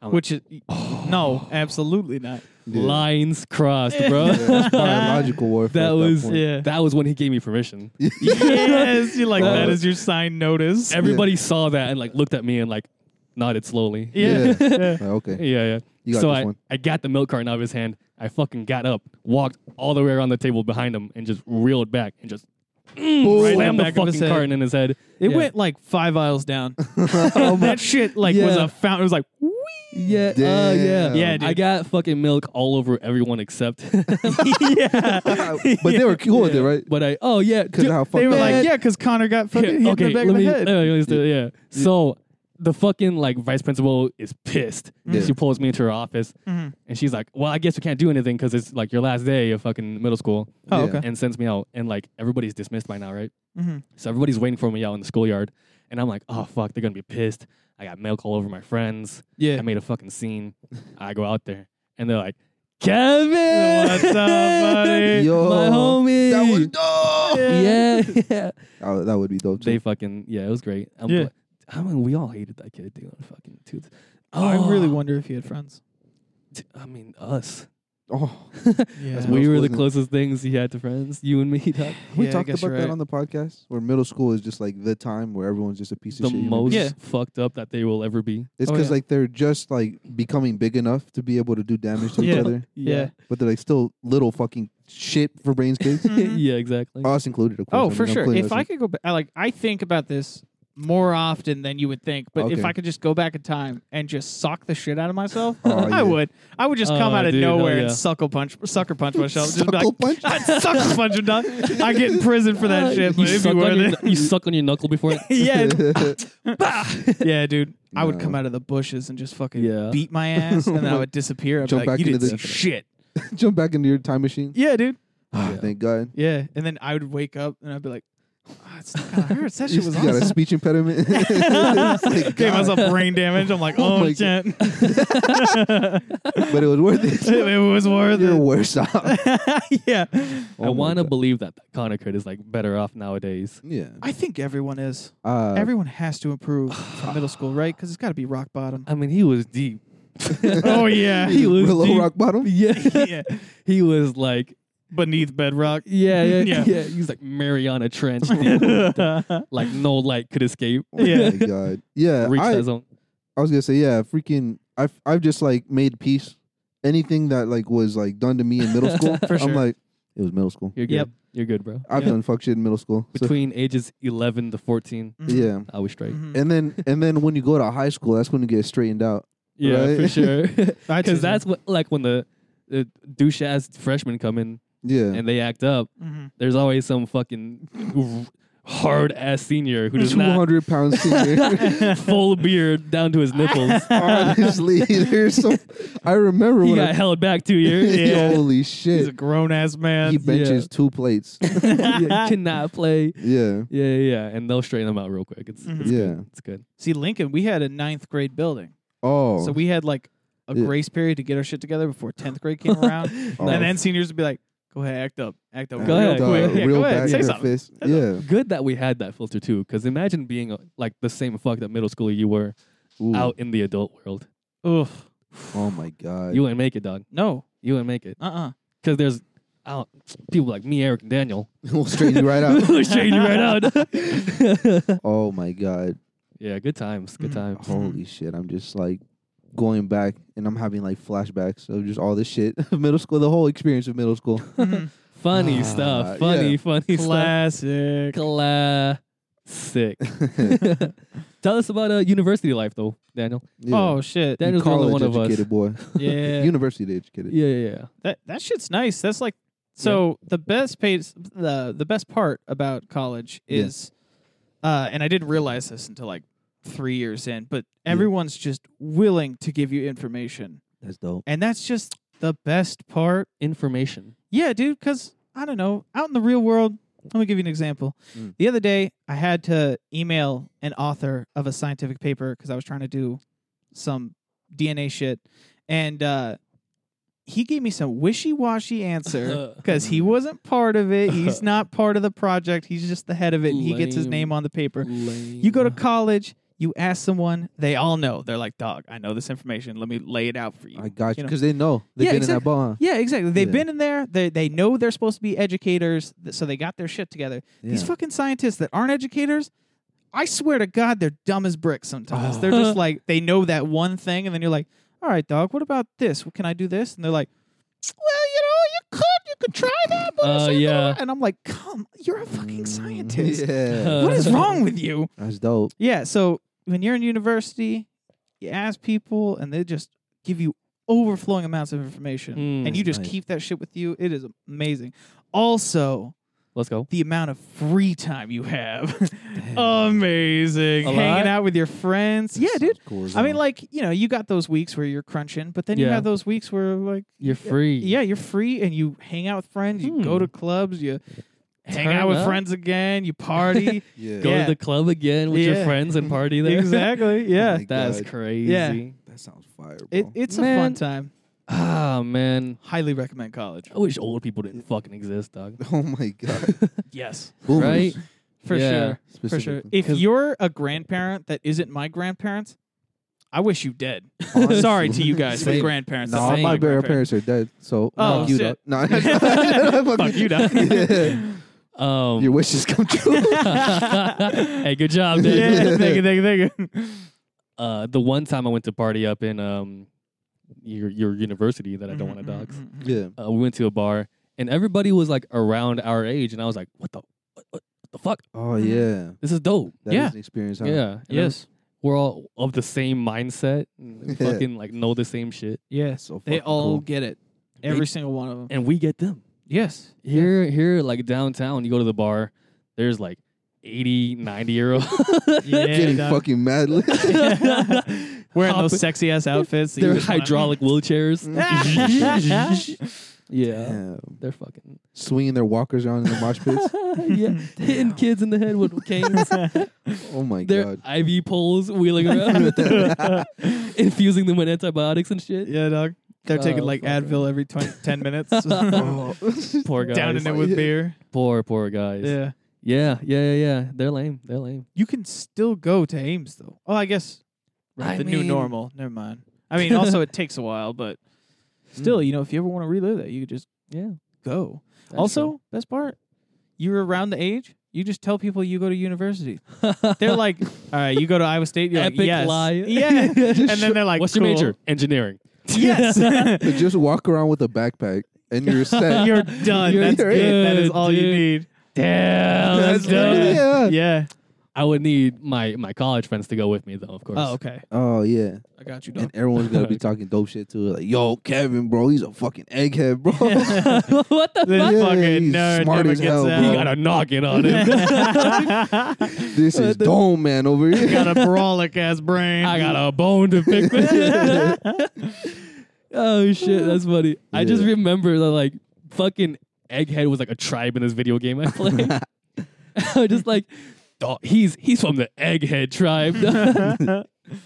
Speaker 1: I'm like,
Speaker 3: which is
Speaker 1: Oh.
Speaker 3: no, absolutely not.
Speaker 2: Yeah.
Speaker 1: lines crossed, bro.
Speaker 2: That's biological warfare.
Speaker 1: that
Speaker 2: at
Speaker 1: was
Speaker 2: point.
Speaker 3: Yeah.
Speaker 1: that was when he gave me permission.
Speaker 3: yes, you're like
Speaker 2: Uh,
Speaker 3: that is your sign notice.
Speaker 1: Everybody saw that and like looked at me and like nodded slowly.
Speaker 3: yeah.
Speaker 2: Like, okay.
Speaker 1: Yeah, yeah.
Speaker 2: You got
Speaker 1: so
Speaker 2: this
Speaker 1: I,
Speaker 2: one.
Speaker 1: I got the milk carton out of his hand. I fucking got up, walked all the way around the table behind him, and just reeled back and just mm,
Speaker 3: Boom. Right in the
Speaker 1: slammed the
Speaker 3: back of his
Speaker 1: fucking
Speaker 3: head.
Speaker 1: carton in his head.
Speaker 3: It
Speaker 1: Yeah.
Speaker 3: went like five aisles down. that shit like was
Speaker 1: Yeah.
Speaker 3: a fountain. It was like, whee!
Speaker 1: Yeah, uh, yeah,
Speaker 2: Damn.
Speaker 3: Yeah, dude.
Speaker 1: I got fucking milk all over everyone except.
Speaker 3: yeah.
Speaker 2: but they were cool with it, right?
Speaker 1: but I, oh yeah,
Speaker 2: Because
Speaker 1: dude,
Speaker 2: how
Speaker 3: They
Speaker 2: fucked
Speaker 3: were
Speaker 2: up-
Speaker 3: like,
Speaker 1: Man.
Speaker 3: yeah, because Connor got fucking hit
Speaker 1: Yeah,
Speaker 3: in the back
Speaker 1: let
Speaker 3: of the
Speaker 1: me, uh,
Speaker 3: head.
Speaker 1: let me understand, yeah. So the fucking like vice principal is pissed.
Speaker 2: Yeah.
Speaker 1: She pulls me into her office
Speaker 3: Mhm.
Speaker 1: and she's like, "Well, I guess we can't do anything because it's like your last day of fucking middle school,"
Speaker 3: Oh,
Speaker 2: Yeah.
Speaker 3: okay.
Speaker 1: and sends me out. And like everybody's dismissed by now, right?
Speaker 3: Mhm.
Speaker 1: So everybody's waiting for me out in the schoolyard, and I'm like, "Oh fuck, they're gonna be pissed." I got milk all over my friends.
Speaker 3: Yeah.
Speaker 1: I made a fucking scene. I go out there, and they're like, "Kevin,
Speaker 3: What's up, buddy?
Speaker 2: Yo,
Speaker 1: my homie."
Speaker 2: That was dope.
Speaker 1: yeah, yeah.
Speaker 2: Oh, that would be dope.
Speaker 1: They
Speaker 2: Too.
Speaker 1: fucking yeah, it was great. I'm
Speaker 3: Yeah.
Speaker 1: gl- I mean, we all hated that kid, dude. Fucking tooth.
Speaker 3: I really
Speaker 1: Oh,
Speaker 3: wonder if he had friends.
Speaker 1: t- I mean, us.
Speaker 2: oh,
Speaker 3: Yeah.
Speaker 2: That's
Speaker 1: we
Speaker 2: most
Speaker 1: were the
Speaker 2: wasn't it?
Speaker 1: closest things he had to friends. You and me. Doc.
Speaker 2: we
Speaker 3: Yeah, I
Speaker 2: talked
Speaker 3: guess
Speaker 2: about
Speaker 3: you're
Speaker 2: that
Speaker 3: right.
Speaker 2: on the podcast. Where middle school is just like the time where everyone's just a piece
Speaker 1: the
Speaker 2: of shit. human
Speaker 1: most
Speaker 2: being.
Speaker 3: Yeah.
Speaker 1: fucked up that they will ever be.
Speaker 2: It's
Speaker 3: Oh,
Speaker 2: because
Speaker 3: yeah.
Speaker 2: like they're just like becoming big enough to be able to do damage to each
Speaker 3: Yeah.
Speaker 2: other,
Speaker 3: Yeah.
Speaker 2: but they're like still little fucking shit for brains kids.
Speaker 3: Mhm.
Speaker 1: yeah, exactly.
Speaker 2: Us included, of course. I
Speaker 3: Oh,
Speaker 2: mean,
Speaker 3: for
Speaker 2: I'm
Speaker 3: sure.
Speaker 2: including
Speaker 3: If
Speaker 2: us
Speaker 3: I
Speaker 2: in-
Speaker 3: could go back, I, like I think about this more often than you would think. But if
Speaker 2: Okay.
Speaker 3: I could just go back in time and just sock the shit out of myself,
Speaker 2: Oh,
Speaker 3: I
Speaker 2: yeah.
Speaker 3: would. I would just come
Speaker 1: Oh,
Speaker 3: out of
Speaker 1: dude, hell
Speaker 3: nowhere
Speaker 1: yeah.
Speaker 3: and sucker punch, sucker punch myself. Just be
Speaker 2: Suckle punch?
Speaker 3: like, I'd sucker punch him dog. I get in prison for that
Speaker 1: Ah,
Speaker 3: shit,
Speaker 1: you,
Speaker 3: but it'd be
Speaker 1: suck on your,
Speaker 3: worth
Speaker 1: kn- you suck on your knuckle before.
Speaker 3: it. yeah, yeah, dude. I would
Speaker 2: No.
Speaker 3: come out of the bushes and just fucking
Speaker 1: Yeah.
Speaker 3: beat my ass, and then I would disappear. I'd
Speaker 2: Jump
Speaker 3: be like,
Speaker 2: back
Speaker 3: you
Speaker 2: into
Speaker 3: didn't see
Speaker 2: the-
Speaker 3: shit.
Speaker 2: Jump back into your time machine.
Speaker 3: Yeah, dude.
Speaker 2: Ah,
Speaker 1: Yeah.
Speaker 2: Thank God.
Speaker 3: Yeah, and then I would wake up and I'd be like, "Ah, "It's kind of hurts. That
Speaker 2: You
Speaker 3: shit was
Speaker 2: got a
Speaker 3: awesome."
Speaker 2: speech impediment. It's like,
Speaker 3: Gave
Speaker 2: God.
Speaker 3: myself brain damage. I'm like,
Speaker 2: Oh
Speaker 3: "Oh,
Speaker 2: my
Speaker 3: shit,
Speaker 2: but it was worth it.
Speaker 3: it was worth
Speaker 2: You're
Speaker 3: it."
Speaker 2: worse off.
Speaker 3: yeah,
Speaker 1: I
Speaker 2: Oh my
Speaker 1: want to
Speaker 2: God.
Speaker 1: believe that Connor Kurt is like better off nowadays.
Speaker 2: Yeah.
Speaker 3: I think everyone is.
Speaker 2: Uh,
Speaker 3: everyone has to improve from middle school, right? Because it's got to be rock bottom.
Speaker 1: I mean, he was deep.
Speaker 3: oh yeah,
Speaker 1: He was
Speaker 2: below
Speaker 1: deep.
Speaker 2: rock bottom.
Speaker 1: Yeah,
Speaker 3: yeah,
Speaker 1: he was like
Speaker 3: beneath bedrock.
Speaker 1: Yeah, yeah, yeah.
Speaker 3: Yeah.
Speaker 1: He's like Mariana Trench, dude.
Speaker 3: yeah,
Speaker 1: like no light could escape.
Speaker 2: Oh
Speaker 3: Yeah.
Speaker 2: my God. Yeah.
Speaker 1: Reach
Speaker 2: I,
Speaker 1: that zone.
Speaker 2: I was gonna say yeah. Freaking. I've I've just like made peace. Anything that like was like done to me in middle school,
Speaker 3: For sure.
Speaker 2: I'm like, it was middle school.
Speaker 1: You're good.
Speaker 3: Yep.
Speaker 1: You're good, bro.
Speaker 2: I've
Speaker 3: Yeah.
Speaker 2: done fuck shit in middle school. so-
Speaker 1: Between ages 11 to 14,
Speaker 2: yeah.
Speaker 1: I was straight.
Speaker 3: Mhm.
Speaker 2: And then and then when you go to high school, that's when you get straightened out.
Speaker 1: Yeah,
Speaker 2: Right?
Speaker 1: for sure.
Speaker 3: I
Speaker 1: Because
Speaker 3: just-
Speaker 1: that's what, like, when the, the douche ass freshmen come in
Speaker 2: Yeah.
Speaker 1: and they act up,
Speaker 3: Mhm.
Speaker 1: there's always some fucking hard ass senior who does
Speaker 2: Two
Speaker 1: not
Speaker 2: hundred pounds senior.
Speaker 1: full beard down to his nipples.
Speaker 2: Honestly, there's some. I remember
Speaker 1: he
Speaker 2: when
Speaker 1: got
Speaker 2: I,
Speaker 1: held back two years.
Speaker 3: Yeah.
Speaker 2: holy
Speaker 3: He's a
Speaker 2: shit,
Speaker 3: grown ass man.
Speaker 2: he benches two plates.
Speaker 1: Yeah, cannot play.
Speaker 2: yeah,
Speaker 1: Yeah, yeah, yeah. And they'll straighten them out real quick. It's, it's
Speaker 2: Mm-hmm. yeah.
Speaker 1: good. It's good.
Speaker 3: See, Lincoln, we had a ninth grade building.
Speaker 2: Oh,
Speaker 3: So we had like a
Speaker 2: Yeah.
Speaker 3: grace period to get our shit together before 10th grade came
Speaker 1: Uh,
Speaker 3: around.
Speaker 2: Oh.
Speaker 3: And then seniors would be like, go ahead, act up, act up.
Speaker 2: And
Speaker 1: Go
Speaker 3: real
Speaker 1: ahead.
Speaker 2: the
Speaker 3: quick. Yeah,
Speaker 2: real
Speaker 3: go ahead,
Speaker 2: back
Speaker 3: say
Speaker 2: of the
Speaker 3: something.
Speaker 2: fist. Yeah,
Speaker 1: good that we had that filter too because imagine being uh, like the same fucked up middle schooler you were
Speaker 2: Ooh.
Speaker 1: out in the adult world
Speaker 3: Ugh.
Speaker 2: Oh my god.
Speaker 1: you wouldn't make it dog
Speaker 3: No,
Speaker 1: you wouldn't make it
Speaker 3: uh uh
Speaker 1: because there's out people like me eric and daniel
Speaker 2: we'll straighten you right out.
Speaker 1: who straighten you right out
Speaker 2: Oh my god.
Speaker 1: yeah good times good
Speaker 2: Mm.
Speaker 3: Mhm.
Speaker 1: times
Speaker 2: Holy shit. I'm just like going back and I'm having like flashbacks of just all this shit. middle school, the whole experience of middle school.
Speaker 1: funny
Speaker 2: Ah,
Speaker 1: stuff funny
Speaker 2: yeah.
Speaker 1: funny stuff
Speaker 3: Classic.
Speaker 1: classic tell us about uh, university life though daniel
Speaker 2: Yeah.
Speaker 3: Oh, shit.
Speaker 1: That-
Speaker 2: You
Speaker 1: Daniel's the only
Speaker 2: college
Speaker 1: one of us.
Speaker 2: educated boy.
Speaker 3: yeah.
Speaker 2: University educated.
Speaker 1: yeah yeah yeah
Speaker 3: that, that shit's nice. That's like, so the best pace, the, the best part about college
Speaker 2: Yeah.
Speaker 3: is, uh, and I didn't realize this until like three years in, but
Speaker 2: Yeah.
Speaker 3: everyone's just willing to give you information.
Speaker 2: That's dope.
Speaker 3: And that's just the best part
Speaker 1: information
Speaker 3: Yeah, dude, because I don't know, out in the real world, let me give you an example.
Speaker 2: Mm.
Speaker 3: The other day, I had to email an author of a scientific paper because I was trying to do some DNA shit. And uh, he gave me some wishy washy answer because he wasn't part of it. He's not part of the project. He's just the head of it and he gets his
Speaker 1: Lame.
Speaker 3: name on the paper. You
Speaker 1: Uh, you
Speaker 3: go to college, you ask someone, they all know. They're like, dog, I know this information. Let me lay it out for you.
Speaker 2: I got you.
Speaker 3: know?
Speaker 2: Because they know. They've
Speaker 3: Yeah,
Speaker 2: been in
Speaker 3: exact-
Speaker 2: that ball.
Speaker 3: Yeah, exactly. They've
Speaker 2: Yeah.
Speaker 3: been in there. They they know they're supposed to be educators, th- so they got their shit together. These
Speaker 2: Yeah.
Speaker 3: fucking scientists that aren't educators, I swear to God, they're dumb as bricks sometimes.
Speaker 1: Oh.
Speaker 3: They're just like they know that one thing, and then you're like, all right, dog, what about this? What, can I do this? And they're like, well, you know, you could, you could try that, but it's
Speaker 1: Uh,
Speaker 3: not gonna
Speaker 1: yeah.
Speaker 3: work." And I'm like, come, you're a fucking
Speaker 2: Mm,
Speaker 3: scientist. Uh,
Speaker 2: Yeah.
Speaker 3: What is wrong with you?
Speaker 2: That's dope.
Speaker 3: Yeah, so when you're in university, you ask people and they just give you overflowing amounts of information
Speaker 1: Mm.
Speaker 3: and you just
Speaker 2: Nice.
Speaker 3: keep that shit with you. It is amazing. Also,
Speaker 1: Let's go.
Speaker 3: the amount of free time you have. amazing.
Speaker 1: A lot?
Speaker 3: Hanging out with your friends. yeah, dude.
Speaker 2: Cool as
Speaker 3: I mean
Speaker 2: hell.
Speaker 3: like, you know, you got those weeks where you're crunching, but then you
Speaker 1: Yeah.
Speaker 3: have those weeks where like
Speaker 1: You're free.
Speaker 3: yeah, you're free and you hang out with friends, you go
Speaker 1: Hmm.
Speaker 3: to clubs, you hang
Speaker 1: Turn
Speaker 3: out with
Speaker 1: up.
Speaker 3: friends again, you party.
Speaker 2: yeah.
Speaker 1: Go
Speaker 3: Yeah.
Speaker 1: to the club again with
Speaker 3: Yeah.
Speaker 1: your friends and party there.
Speaker 3: exactly.
Speaker 2: Oh
Speaker 3: Yeah.
Speaker 2: my
Speaker 1: That's
Speaker 2: God.
Speaker 1: crazy.
Speaker 2: That sounds fire, bro.
Speaker 3: It, it's a fun
Speaker 1: Man.
Speaker 3: time.
Speaker 1: Ah man.
Speaker 3: Highly recommend college.
Speaker 1: I wish old people didn't fucking exist, dog.
Speaker 2: oh my god.
Speaker 3: Yes,
Speaker 2: Boomers,
Speaker 1: Right?
Speaker 3: for
Speaker 1: Yeah.
Speaker 3: sure, for sure.
Speaker 2: specifically.
Speaker 3: If you're a grandparent that isn't my grandparents, I wish you dead.
Speaker 2: Honestly.
Speaker 3: Sorry to you guys, my
Speaker 1: Same.
Speaker 3: grandparents.
Speaker 2: No,
Speaker 3: that's
Speaker 1: same.
Speaker 2: my
Speaker 3: not
Speaker 2: bare
Speaker 3: grandparents.
Speaker 2: parents are dead, so
Speaker 3: Oh,
Speaker 2: fuck you,
Speaker 3: shit.
Speaker 2: dog. No, fuck
Speaker 3: Fuck you, dog.
Speaker 2: Yeah.
Speaker 1: Um
Speaker 2: Your wishes come true.
Speaker 1: Hey, good job, dude.
Speaker 3: yeah, thank you, thank you, thank you.
Speaker 1: Uh the one time I went to party up in um your your university that I don't
Speaker 3: Mm-hmm,
Speaker 1: want to dox.
Speaker 2: yeah.
Speaker 1: uh, we went to a bar and everybody was like around our age and i was like what the what, what the fuck
Speaker 2: Oh yeah.
Speaker 1: this is dope
Speaker 2: That
Speaker 3: Yeah.
Speaker 2: was an experience. Huh?
Speaker 1: yeah And we're all of the same mindset and fucking like know the same shit
Speaker 3: yes.
Speaker 2: So
Speaker 3: They
Speaker 2: fucking
Speaker 3: all
Speaker 2: cool.
Speaker 3: get it.
Speaker 1: They-
Speaker 3: Every single one of them.
Speaker 1: and we get them
Speaker 3: Yes.
Speaker 1: here here like downtown you go to the bar there's like 80 90 year old
Speaker 2: getting
Speaker 3: dog.
Speaker 2: fucking mad. lit.
Speaker 3: Wearing
Speaker 1: Hop-
Speaker 3: those sexy ass outfits. that you
Speaker 1: they're
Speaker 3: just wanna- Mm.
Speaker 1: hydraulic wheelchairs yeah
Speaker 2: Yeah.
Speaker 1: they're fucking
Speaker 2: Swinging their walkers around in the mosh pits.
Speaker 1: yeah hitting kids in the head with canes
Speaker 2: Oh my
Speaker 1: their
Speaker 2: god.
Speaker 1: IV poles wheeling around with them, infusing them with antibiotics and shit.
Speaker 3: Yeah, dog. They're taking
Speaker 1: Oh,
Speaker 3: like
Speaker 1: fuck.
Speaker 3: Advil every 20, 10 minutes.
Speaker 2: Oh.
Speaker 1: Poor guys.
Speaker 3: Down in it with beer.
Speaker 1: Poor, poor guys. Yeah.
Speaker 3: Yeah.
Speaker 1: yeah, yeah, yeah, They're lame. They're lame.
Speaker 3: You can still go to Ames though. Oh, I guess right,
Speaker 1: I
Speaker 3: the new
Speaker 1: mean-
Speaker 3: normal. Never mind. I mean, also it takes a while, but Hmm. still, you know, if you ever want to relive that, you could just
Speaker 1: Yeah.
Speaker 3: go.
Speaker 1: That's
Speaker 3: also, best part, you're around the age. You just tell people you go to university.
Speaker 1: true.
Speaker 3: They're like, "All right, you go to Iowa State." You're
Speaker 1: Epic
Speaker 3: like, "Yes,
Speaker 1: lie.
Speaker 3: yeah." and then they're like,
Speaker 1: what's
Speaker 3: cool.
Speaker 1: your major? Engineering.
Speaker 3: Yes,
Speaker 2: But just walk around with a backpack and you're set.
Speaker 3: you're done.
Speaker 1: You're
Speaker 3: That's it. That is
Speaker 1: good,
Speaker 3: all you
Speaker 1: dude.
Speaker 3: need.
Speaker 1: Damn, that's
Speaker 2: That's literally-
Speaker 1: dope.
Speaker 2: yeah.
Speaker 3: Yeah.
Speaker 1: I would need my my college friends to go with me though, of course.
Speaker 3: Oh, okay.
Speaker 2: Oh yeah.
Speaker 3: I got you.
Speaker 2: And
Speaker 3: Dog.
Speaker 2: everyone's gonna be talking dope shit too. Like, yo, Kevin, bro, he's a fucking egghead, bro.
Speaker 1: what the?
Speaker 3: This
Speaker 2: Yeah,
Speaker 3: fucking
Speaker 2: he's
Speaker 3: nerd
Speaker 2: smart
Speaker 3: never
Speaker 2: as
Speaker 3: gets
Speaker 2: hell,
Speaker 1: He
Speaker 2: bro.
Speaker 3: out.
Speaker 1: got a knocking on him.
Speaker 2: this is dome man over here.
Speaker 3: got a brolic ass brain.
Speaker 1: I got a bone to pick with you. oh shit, that's funny. I just
Speaker 2: Yeah.
Speaker 1: remember that like fucking Egghead was like a tribe in this video game I played. I was just like, "Dawg, he's he's from the Egghead tribe.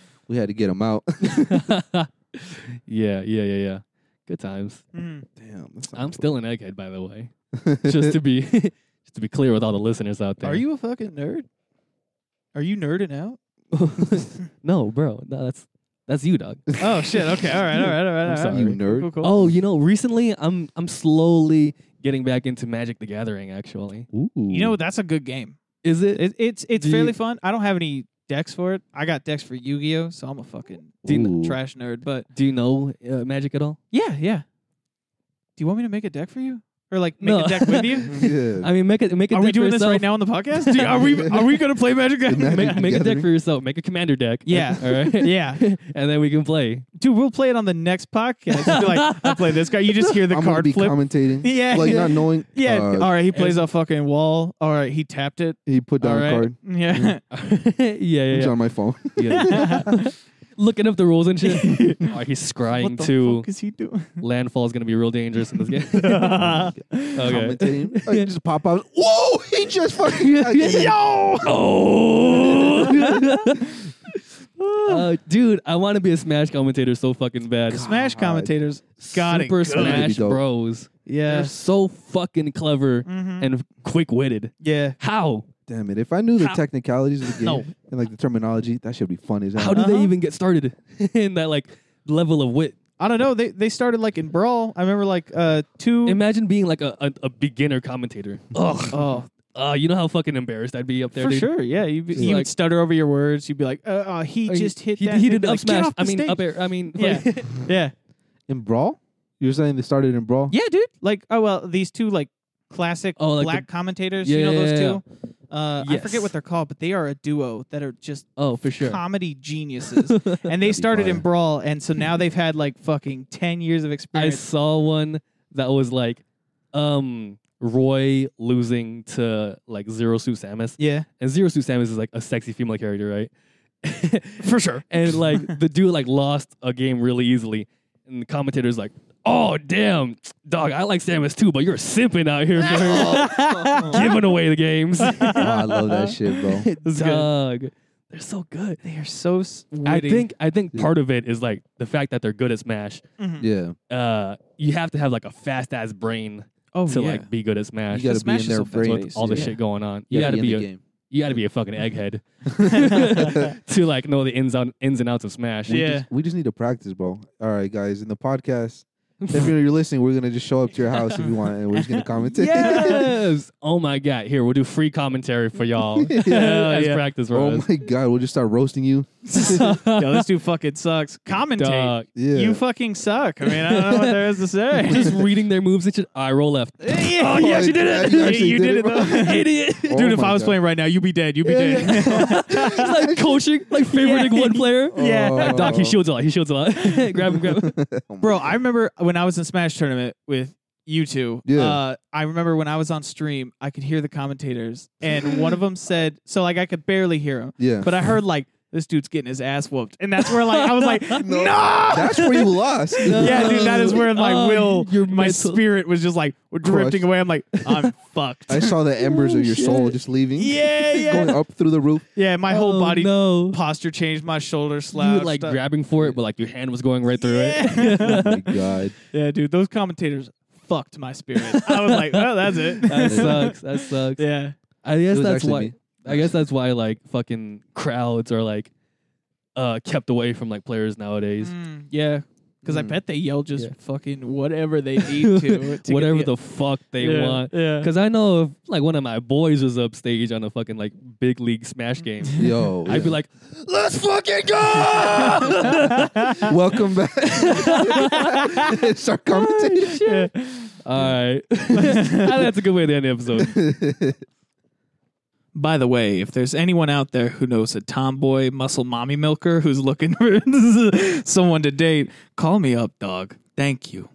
Speaker 2: we had to get him out.
Speaker 1: yeah, yeah, yeah, yeah. Good times.
Speaker 3: Mm.
Speaker 2: Damn. that's not
Speaker 1: I'm
Speaker 2: cool.
Speaker 1: still an Egghead, by the way. Just to be just to be clear with all the listeners out there.
Speaker 3: Are you a fucking nerd? Are you nerding out?
Speaker 1: No, bro. No, that's that's you, dog.
Speaker 3: oh shit! Okay, all right, all right, all right.
Speaker 1: I'm
Speaker 3: all right.
Speaker 1: sorry.
Speaker 2: You nerd.
Speaker 3: Cool, cool.
Speaker 1: Oh, you know, recently I'm I'm slowly getting back into Magic the Gathering actually.
Speaker 2: Ooh.
Speaker 3: you know that's a good game.
Speaker 1: Is it
Speaker 3: It, it's it's
Speaker 1: Do you-
Speaker 3: fairly fun. I don't have any decks for it. I got decks for Yu-Gi-Oh, so I'm a fucking
Speaker 2: Ooh.
Speaker 3: trash nerd. But
Speaker 1: Do you know uh, magic at all?
Speaker 3: yeah, yeah. Do you want me to make a deck for you, or like make
Speaker 1: No.
Speaker 3: a deck with you?
Speaker 2: Yeah.
Speaker 1: I mean, make it make a
Speaker 3: Are
Speaker 1: deck
Speaker 3: we doing
Speaker 1: for
Speaker 3: this
Speaker 1: yourself.
Speaker 3: right now on the podcast? Do you- are we are we gonna play Magic?
Speaker 2: The Magic
Speaker 1: Make, make a deck
Speaker 2: Gathering.
Speaker 1: for yourself. Make a commander deck.
Speaker 3: Yeah.
Speaker 1: all right.
Speaker 3: yeah,
Speaker 1: and then we can play.
Speaker 3: dude, we'll play it on the next podcast. Be like, I play this guy. You just hear the
Speaker 2: I'm gonna
Speaker 3: card
Speaker 2: be
Speaker 3: flip.
Speaker 2: commentating.
Speaker 3: Yeah.
Speaker 2: Like not knowing.
Speaker 3: yeah.
Speaker 2: uh,
Speaker 3: all right, he plays a fucking wall. All right, he tapped it.
Speaker 2: He put down
Speaker 3: All
Speaker 2: a
Speaker 3: right.
Speaker 2: card. Mm-hmm.
Speaker 3: Yeah.
Speaker 1: yeah,
Speaker 2: It's
Speaker 1: yeah,
Speaker 2: on my phone.
Speaker 1: yeah. yeah. Looking up the rules and shit. all right, he's scrying too.
Speaker 3: is he doing?
Speaker 1: Landfall is gonna be real dangerous in this game. Uh-huh.
Speaker 2: Commentating. I just pop out. Whoa! He just fucking. Yo!
Speaker 1: oh. Uh, dude, I want to be a Smash commentator so fucking bad.
Speaker 3: Smash
Speaker 2: God.
Speaker 3: commentators got
Speaker 1: Super
Speaker 3: it. good.
Speaker 1: Smash
Speaker 2: That'd be dope.
Speaker 1: Bros. They're
Speaker 3: Yeah. Mm-hmm.
Speaker 1: so fucking clever and quick witted.
Speaker 3: Yeah.
Speaker 1: How?
Speaker 2: Damn it! If I knew the
Speaker 1: How-
Speaker 2: technicalities of the game
Speaker 1: No.
Speaker 2: and like the terminology, that should be fun as
Speaker 1: How
Speaker 2: hell.
Speaker 1: do
Speaker 3: Uh-huh.
Speaker 1: they even get started in that like level of wit?
Speaker 3: I don't know. They they started like in Brawl. I remember like uh two
Speaker 1: Imagine being like a, a, a beginner commentator. Ugh.
Speaker 3: Oh,
Speaker 1: uh, you know how fucking embarrassed I'd be up there.
Speaker 3: For
Speaker 1: dude?
Speaker 3: sure, yeah. You'd be,
Speaker 1: Just
Speaker 3: you
Speaker 1: like-
Speaker 3: would stutter over your words. You'd be like, uh, uh, he
Speaker 1: Like,
Speaker 3: just hit
Speaker 1: He,
Speaker 3: that.
Speaker 1: he
Speaker 3: thing.
Speaker 1: did up
Speaker 3: Like, get
Speaker 1: smash.
Speaker 3: off
Speaker 1: I
Speaker 3: the
Speaker 1: mean,
Speaker 3: stage.
Speaker 1: up air. I mean,
Speaker 3: Yeah, yeah,
Speaker 2: in brawl. You're saying they started in brawl.
Speaker 3: yeah, dude. Like, oh well, these two like classic
Speaker 1: Oh, like
Speaker 3: black commentators.
Speaker 1: Yeah,
Speaker 3: you know those
Speaker 1: yeah,
Speaker 3: two. Uh, I
Speaker 1: Yes.
Speaker 3: forget what they're called, but they are a duo that are just
Speaker 1: oh, for sure.
Speaker 3: comedy geniuses. and they started in
Speaker 2: fire.
Speaker 3: Brawl, and so now they've had like fucking ten years of
Speaker 1: I
Speaker 3: experience.
Speaker 1: saw one that was like, um, Roy losing to like Zero Sue Samus,
Speaker 3: yeah,
Speaker 1: and Zero Sue Samus is like a sexy female character, right?
Speaker 3: for sure.
Speaker 1: and like the dude like lost a game really easily, and the commentator's like, "Oh damn, dog, I like Samus too, but you're simping out here for giving away the games."
Speaker 2: Oh, I love that shit, bro.
Speaker 3: good.
Speaker 1: dog, they're so good.
Speaker 3: They are so. s-
Speaker 1: I
Speaker 3: witty.
Speaker 1: think I think
Speaker 2: Yeah.
Speaker 1: part of it is like the fact that they're good at Smash.
Speaker 3: Mhm.
Speaker 2: Yeah,
Speaker 1: Uh, you have to have like a fast ass brain
Speaker 3: Oh
Speaker 1: to
Speaker 3: yeah.
Speaker 1: like be good at Smash.
Speaker 2: you gotta
Speaker 3: Smash
Speaker 2: be in their
Speaker 3: is so fast.
Speaker 2: brain.
Speaker 1: with all the
Speaker 3: Yeah.
Speaker 1: shit going on. You gotta be
Speaker 2: in the
Speaker 1: a,
Speaker 2: game.
Speaker 1: you gotta be a fucking egghead
Speaker 2: game.
Speaker 1: to like know the ins on ins and outs of Smash.
Speaker 2: We
Speaker 3: Yeah.
Speaker 2: just- we just need to practice, bro. All right, guys, in the podcast, if you're listening, we're gonna just show up to your house if you want, and we're just gonna commentate.
Speaker 1: Yes. oh my god. Here we'll do free commentary for y'all.
Speaker 2: Yeah.
Speaker 1: As
Speaker 3: Yeah.
Speaker 1: practice for
Speaker 2: oh
Speaker 1: us.
Speaker 2: my god, we'll just start roasting you.
Speaker 3: no, this dude fucking sucks. Commentate.
Speaker 1: Dog.
Speaker 2: Yeah,
Speaker 3: You fucking suck. I mean, I don't know what there is to say.
Speaker 1: Just reading their moves. It should. I roll left.
Speaker 3: yeah,
Speaker 2: Oh, you actually did it. You actually did it, bro.
Speaker 3: idiot.
Speaker 2: Oh
Speaker 3: Dude, if
Speaker 2: my
Speaker 3: I was
Speaker 2: God.
Speaker 3: playing right now, you'd be dead. You'd be
Speaker 2: Yeah,
Speaker 3: dead.
Speaker 1: It's like coaching, like favoriting one player.
Speaker 3: Yeah.
Speaker 2: Oh.
Speaker 1: Like, Doc, he shields a lot. He shields a lot. grab him, grab him.
Speaker 3: Bro, I remember when I was in Smash tournament with you two.
Speaker 2: Yeah.
Speaker 3: Uh, I remember when I was on stream, I could hear the commentators, and one of them said, "So like I could barely hear him,
Speaker 2: Yeah,
Speaker 3: but I heard like this dude's getting his ass whooped," and that's where like I was like, "No."
Speaker 2: that's where you lost.
Speaker 3: yeah, dude, that is where my
Speaker 1: Oh,
Speaker 3: will,
Speaker 1: your
Speaker 3: my
Speaker 1: mental-
Speaker 3: spirit was just like drifting
Speaker 2: Crushed.
Speaker 3: away. I'm like, I'm fucked.
Speaker 2: I saw the embers of your soul just leaving.
Speaker 3: Oh, Yeah,
Speaker 2: going
Speaker 3: yeah,
Speaker 2: up through the roof.
Speaker 3: yeah. My whole
Speaker 1: Oh,
Speaker 3: body
Speaker 1: No.
Speaker 3: posture changed. My shoulder
Speaker 1: You
Speaker 3: slouched.
Speaker 1: were like
Speaker 3: uh,
Speaker 1: grabbing for it, but like your hand was going right through it.
Speaker 2: Oh
Speaker 3: yeah.
Speaker 2: my god,
Speaker 3: yeah, dude, those commentators fucked my spirit. I was like, well, that's it.
Speaker 1: That sucks. That sucks.
Speaker 3: yeah.
Speaker 1: I guess
Speaker 2: was
Speaker 1: that's
Speaker 2: actually
Speaker 1: why.
Speaker 2: me.
Speaker 1: I guess that's why like fucking crowds are like uh kept away from like players nowadays.
Speaker 3: Mm, yeah. Because I
Speaker 2: Mm.
Speaker 3: bet they yell just
Speaker 1: Yeah.
Speaker 3: fucking whatever they need to. to
Speaker 1: Whatever
Speaker 3: get
Speaker 1: the fuck they
Speaker 3: yeah,
Speaker 1: want.
Speaker 3: Yeah.
Speaker 1: Cause I know if like one of my boys was upstage on a fucking like big league smash game,
Speaker 2: yo,
Speaker 1: I'd be
Speaker 2: yeah.
Speaker 1: like, "Let's fucking go!"
Speaker 2: welcome back. Start commentating.
Speaker 3: Yeah.
Speaker 1: All right, that's a good way to end the episode.
Speaker 3: By the way, if there's anyone out there who knows a tomboy muscle mommy milker who's looking for someone to date, call me up, dog. Thank you.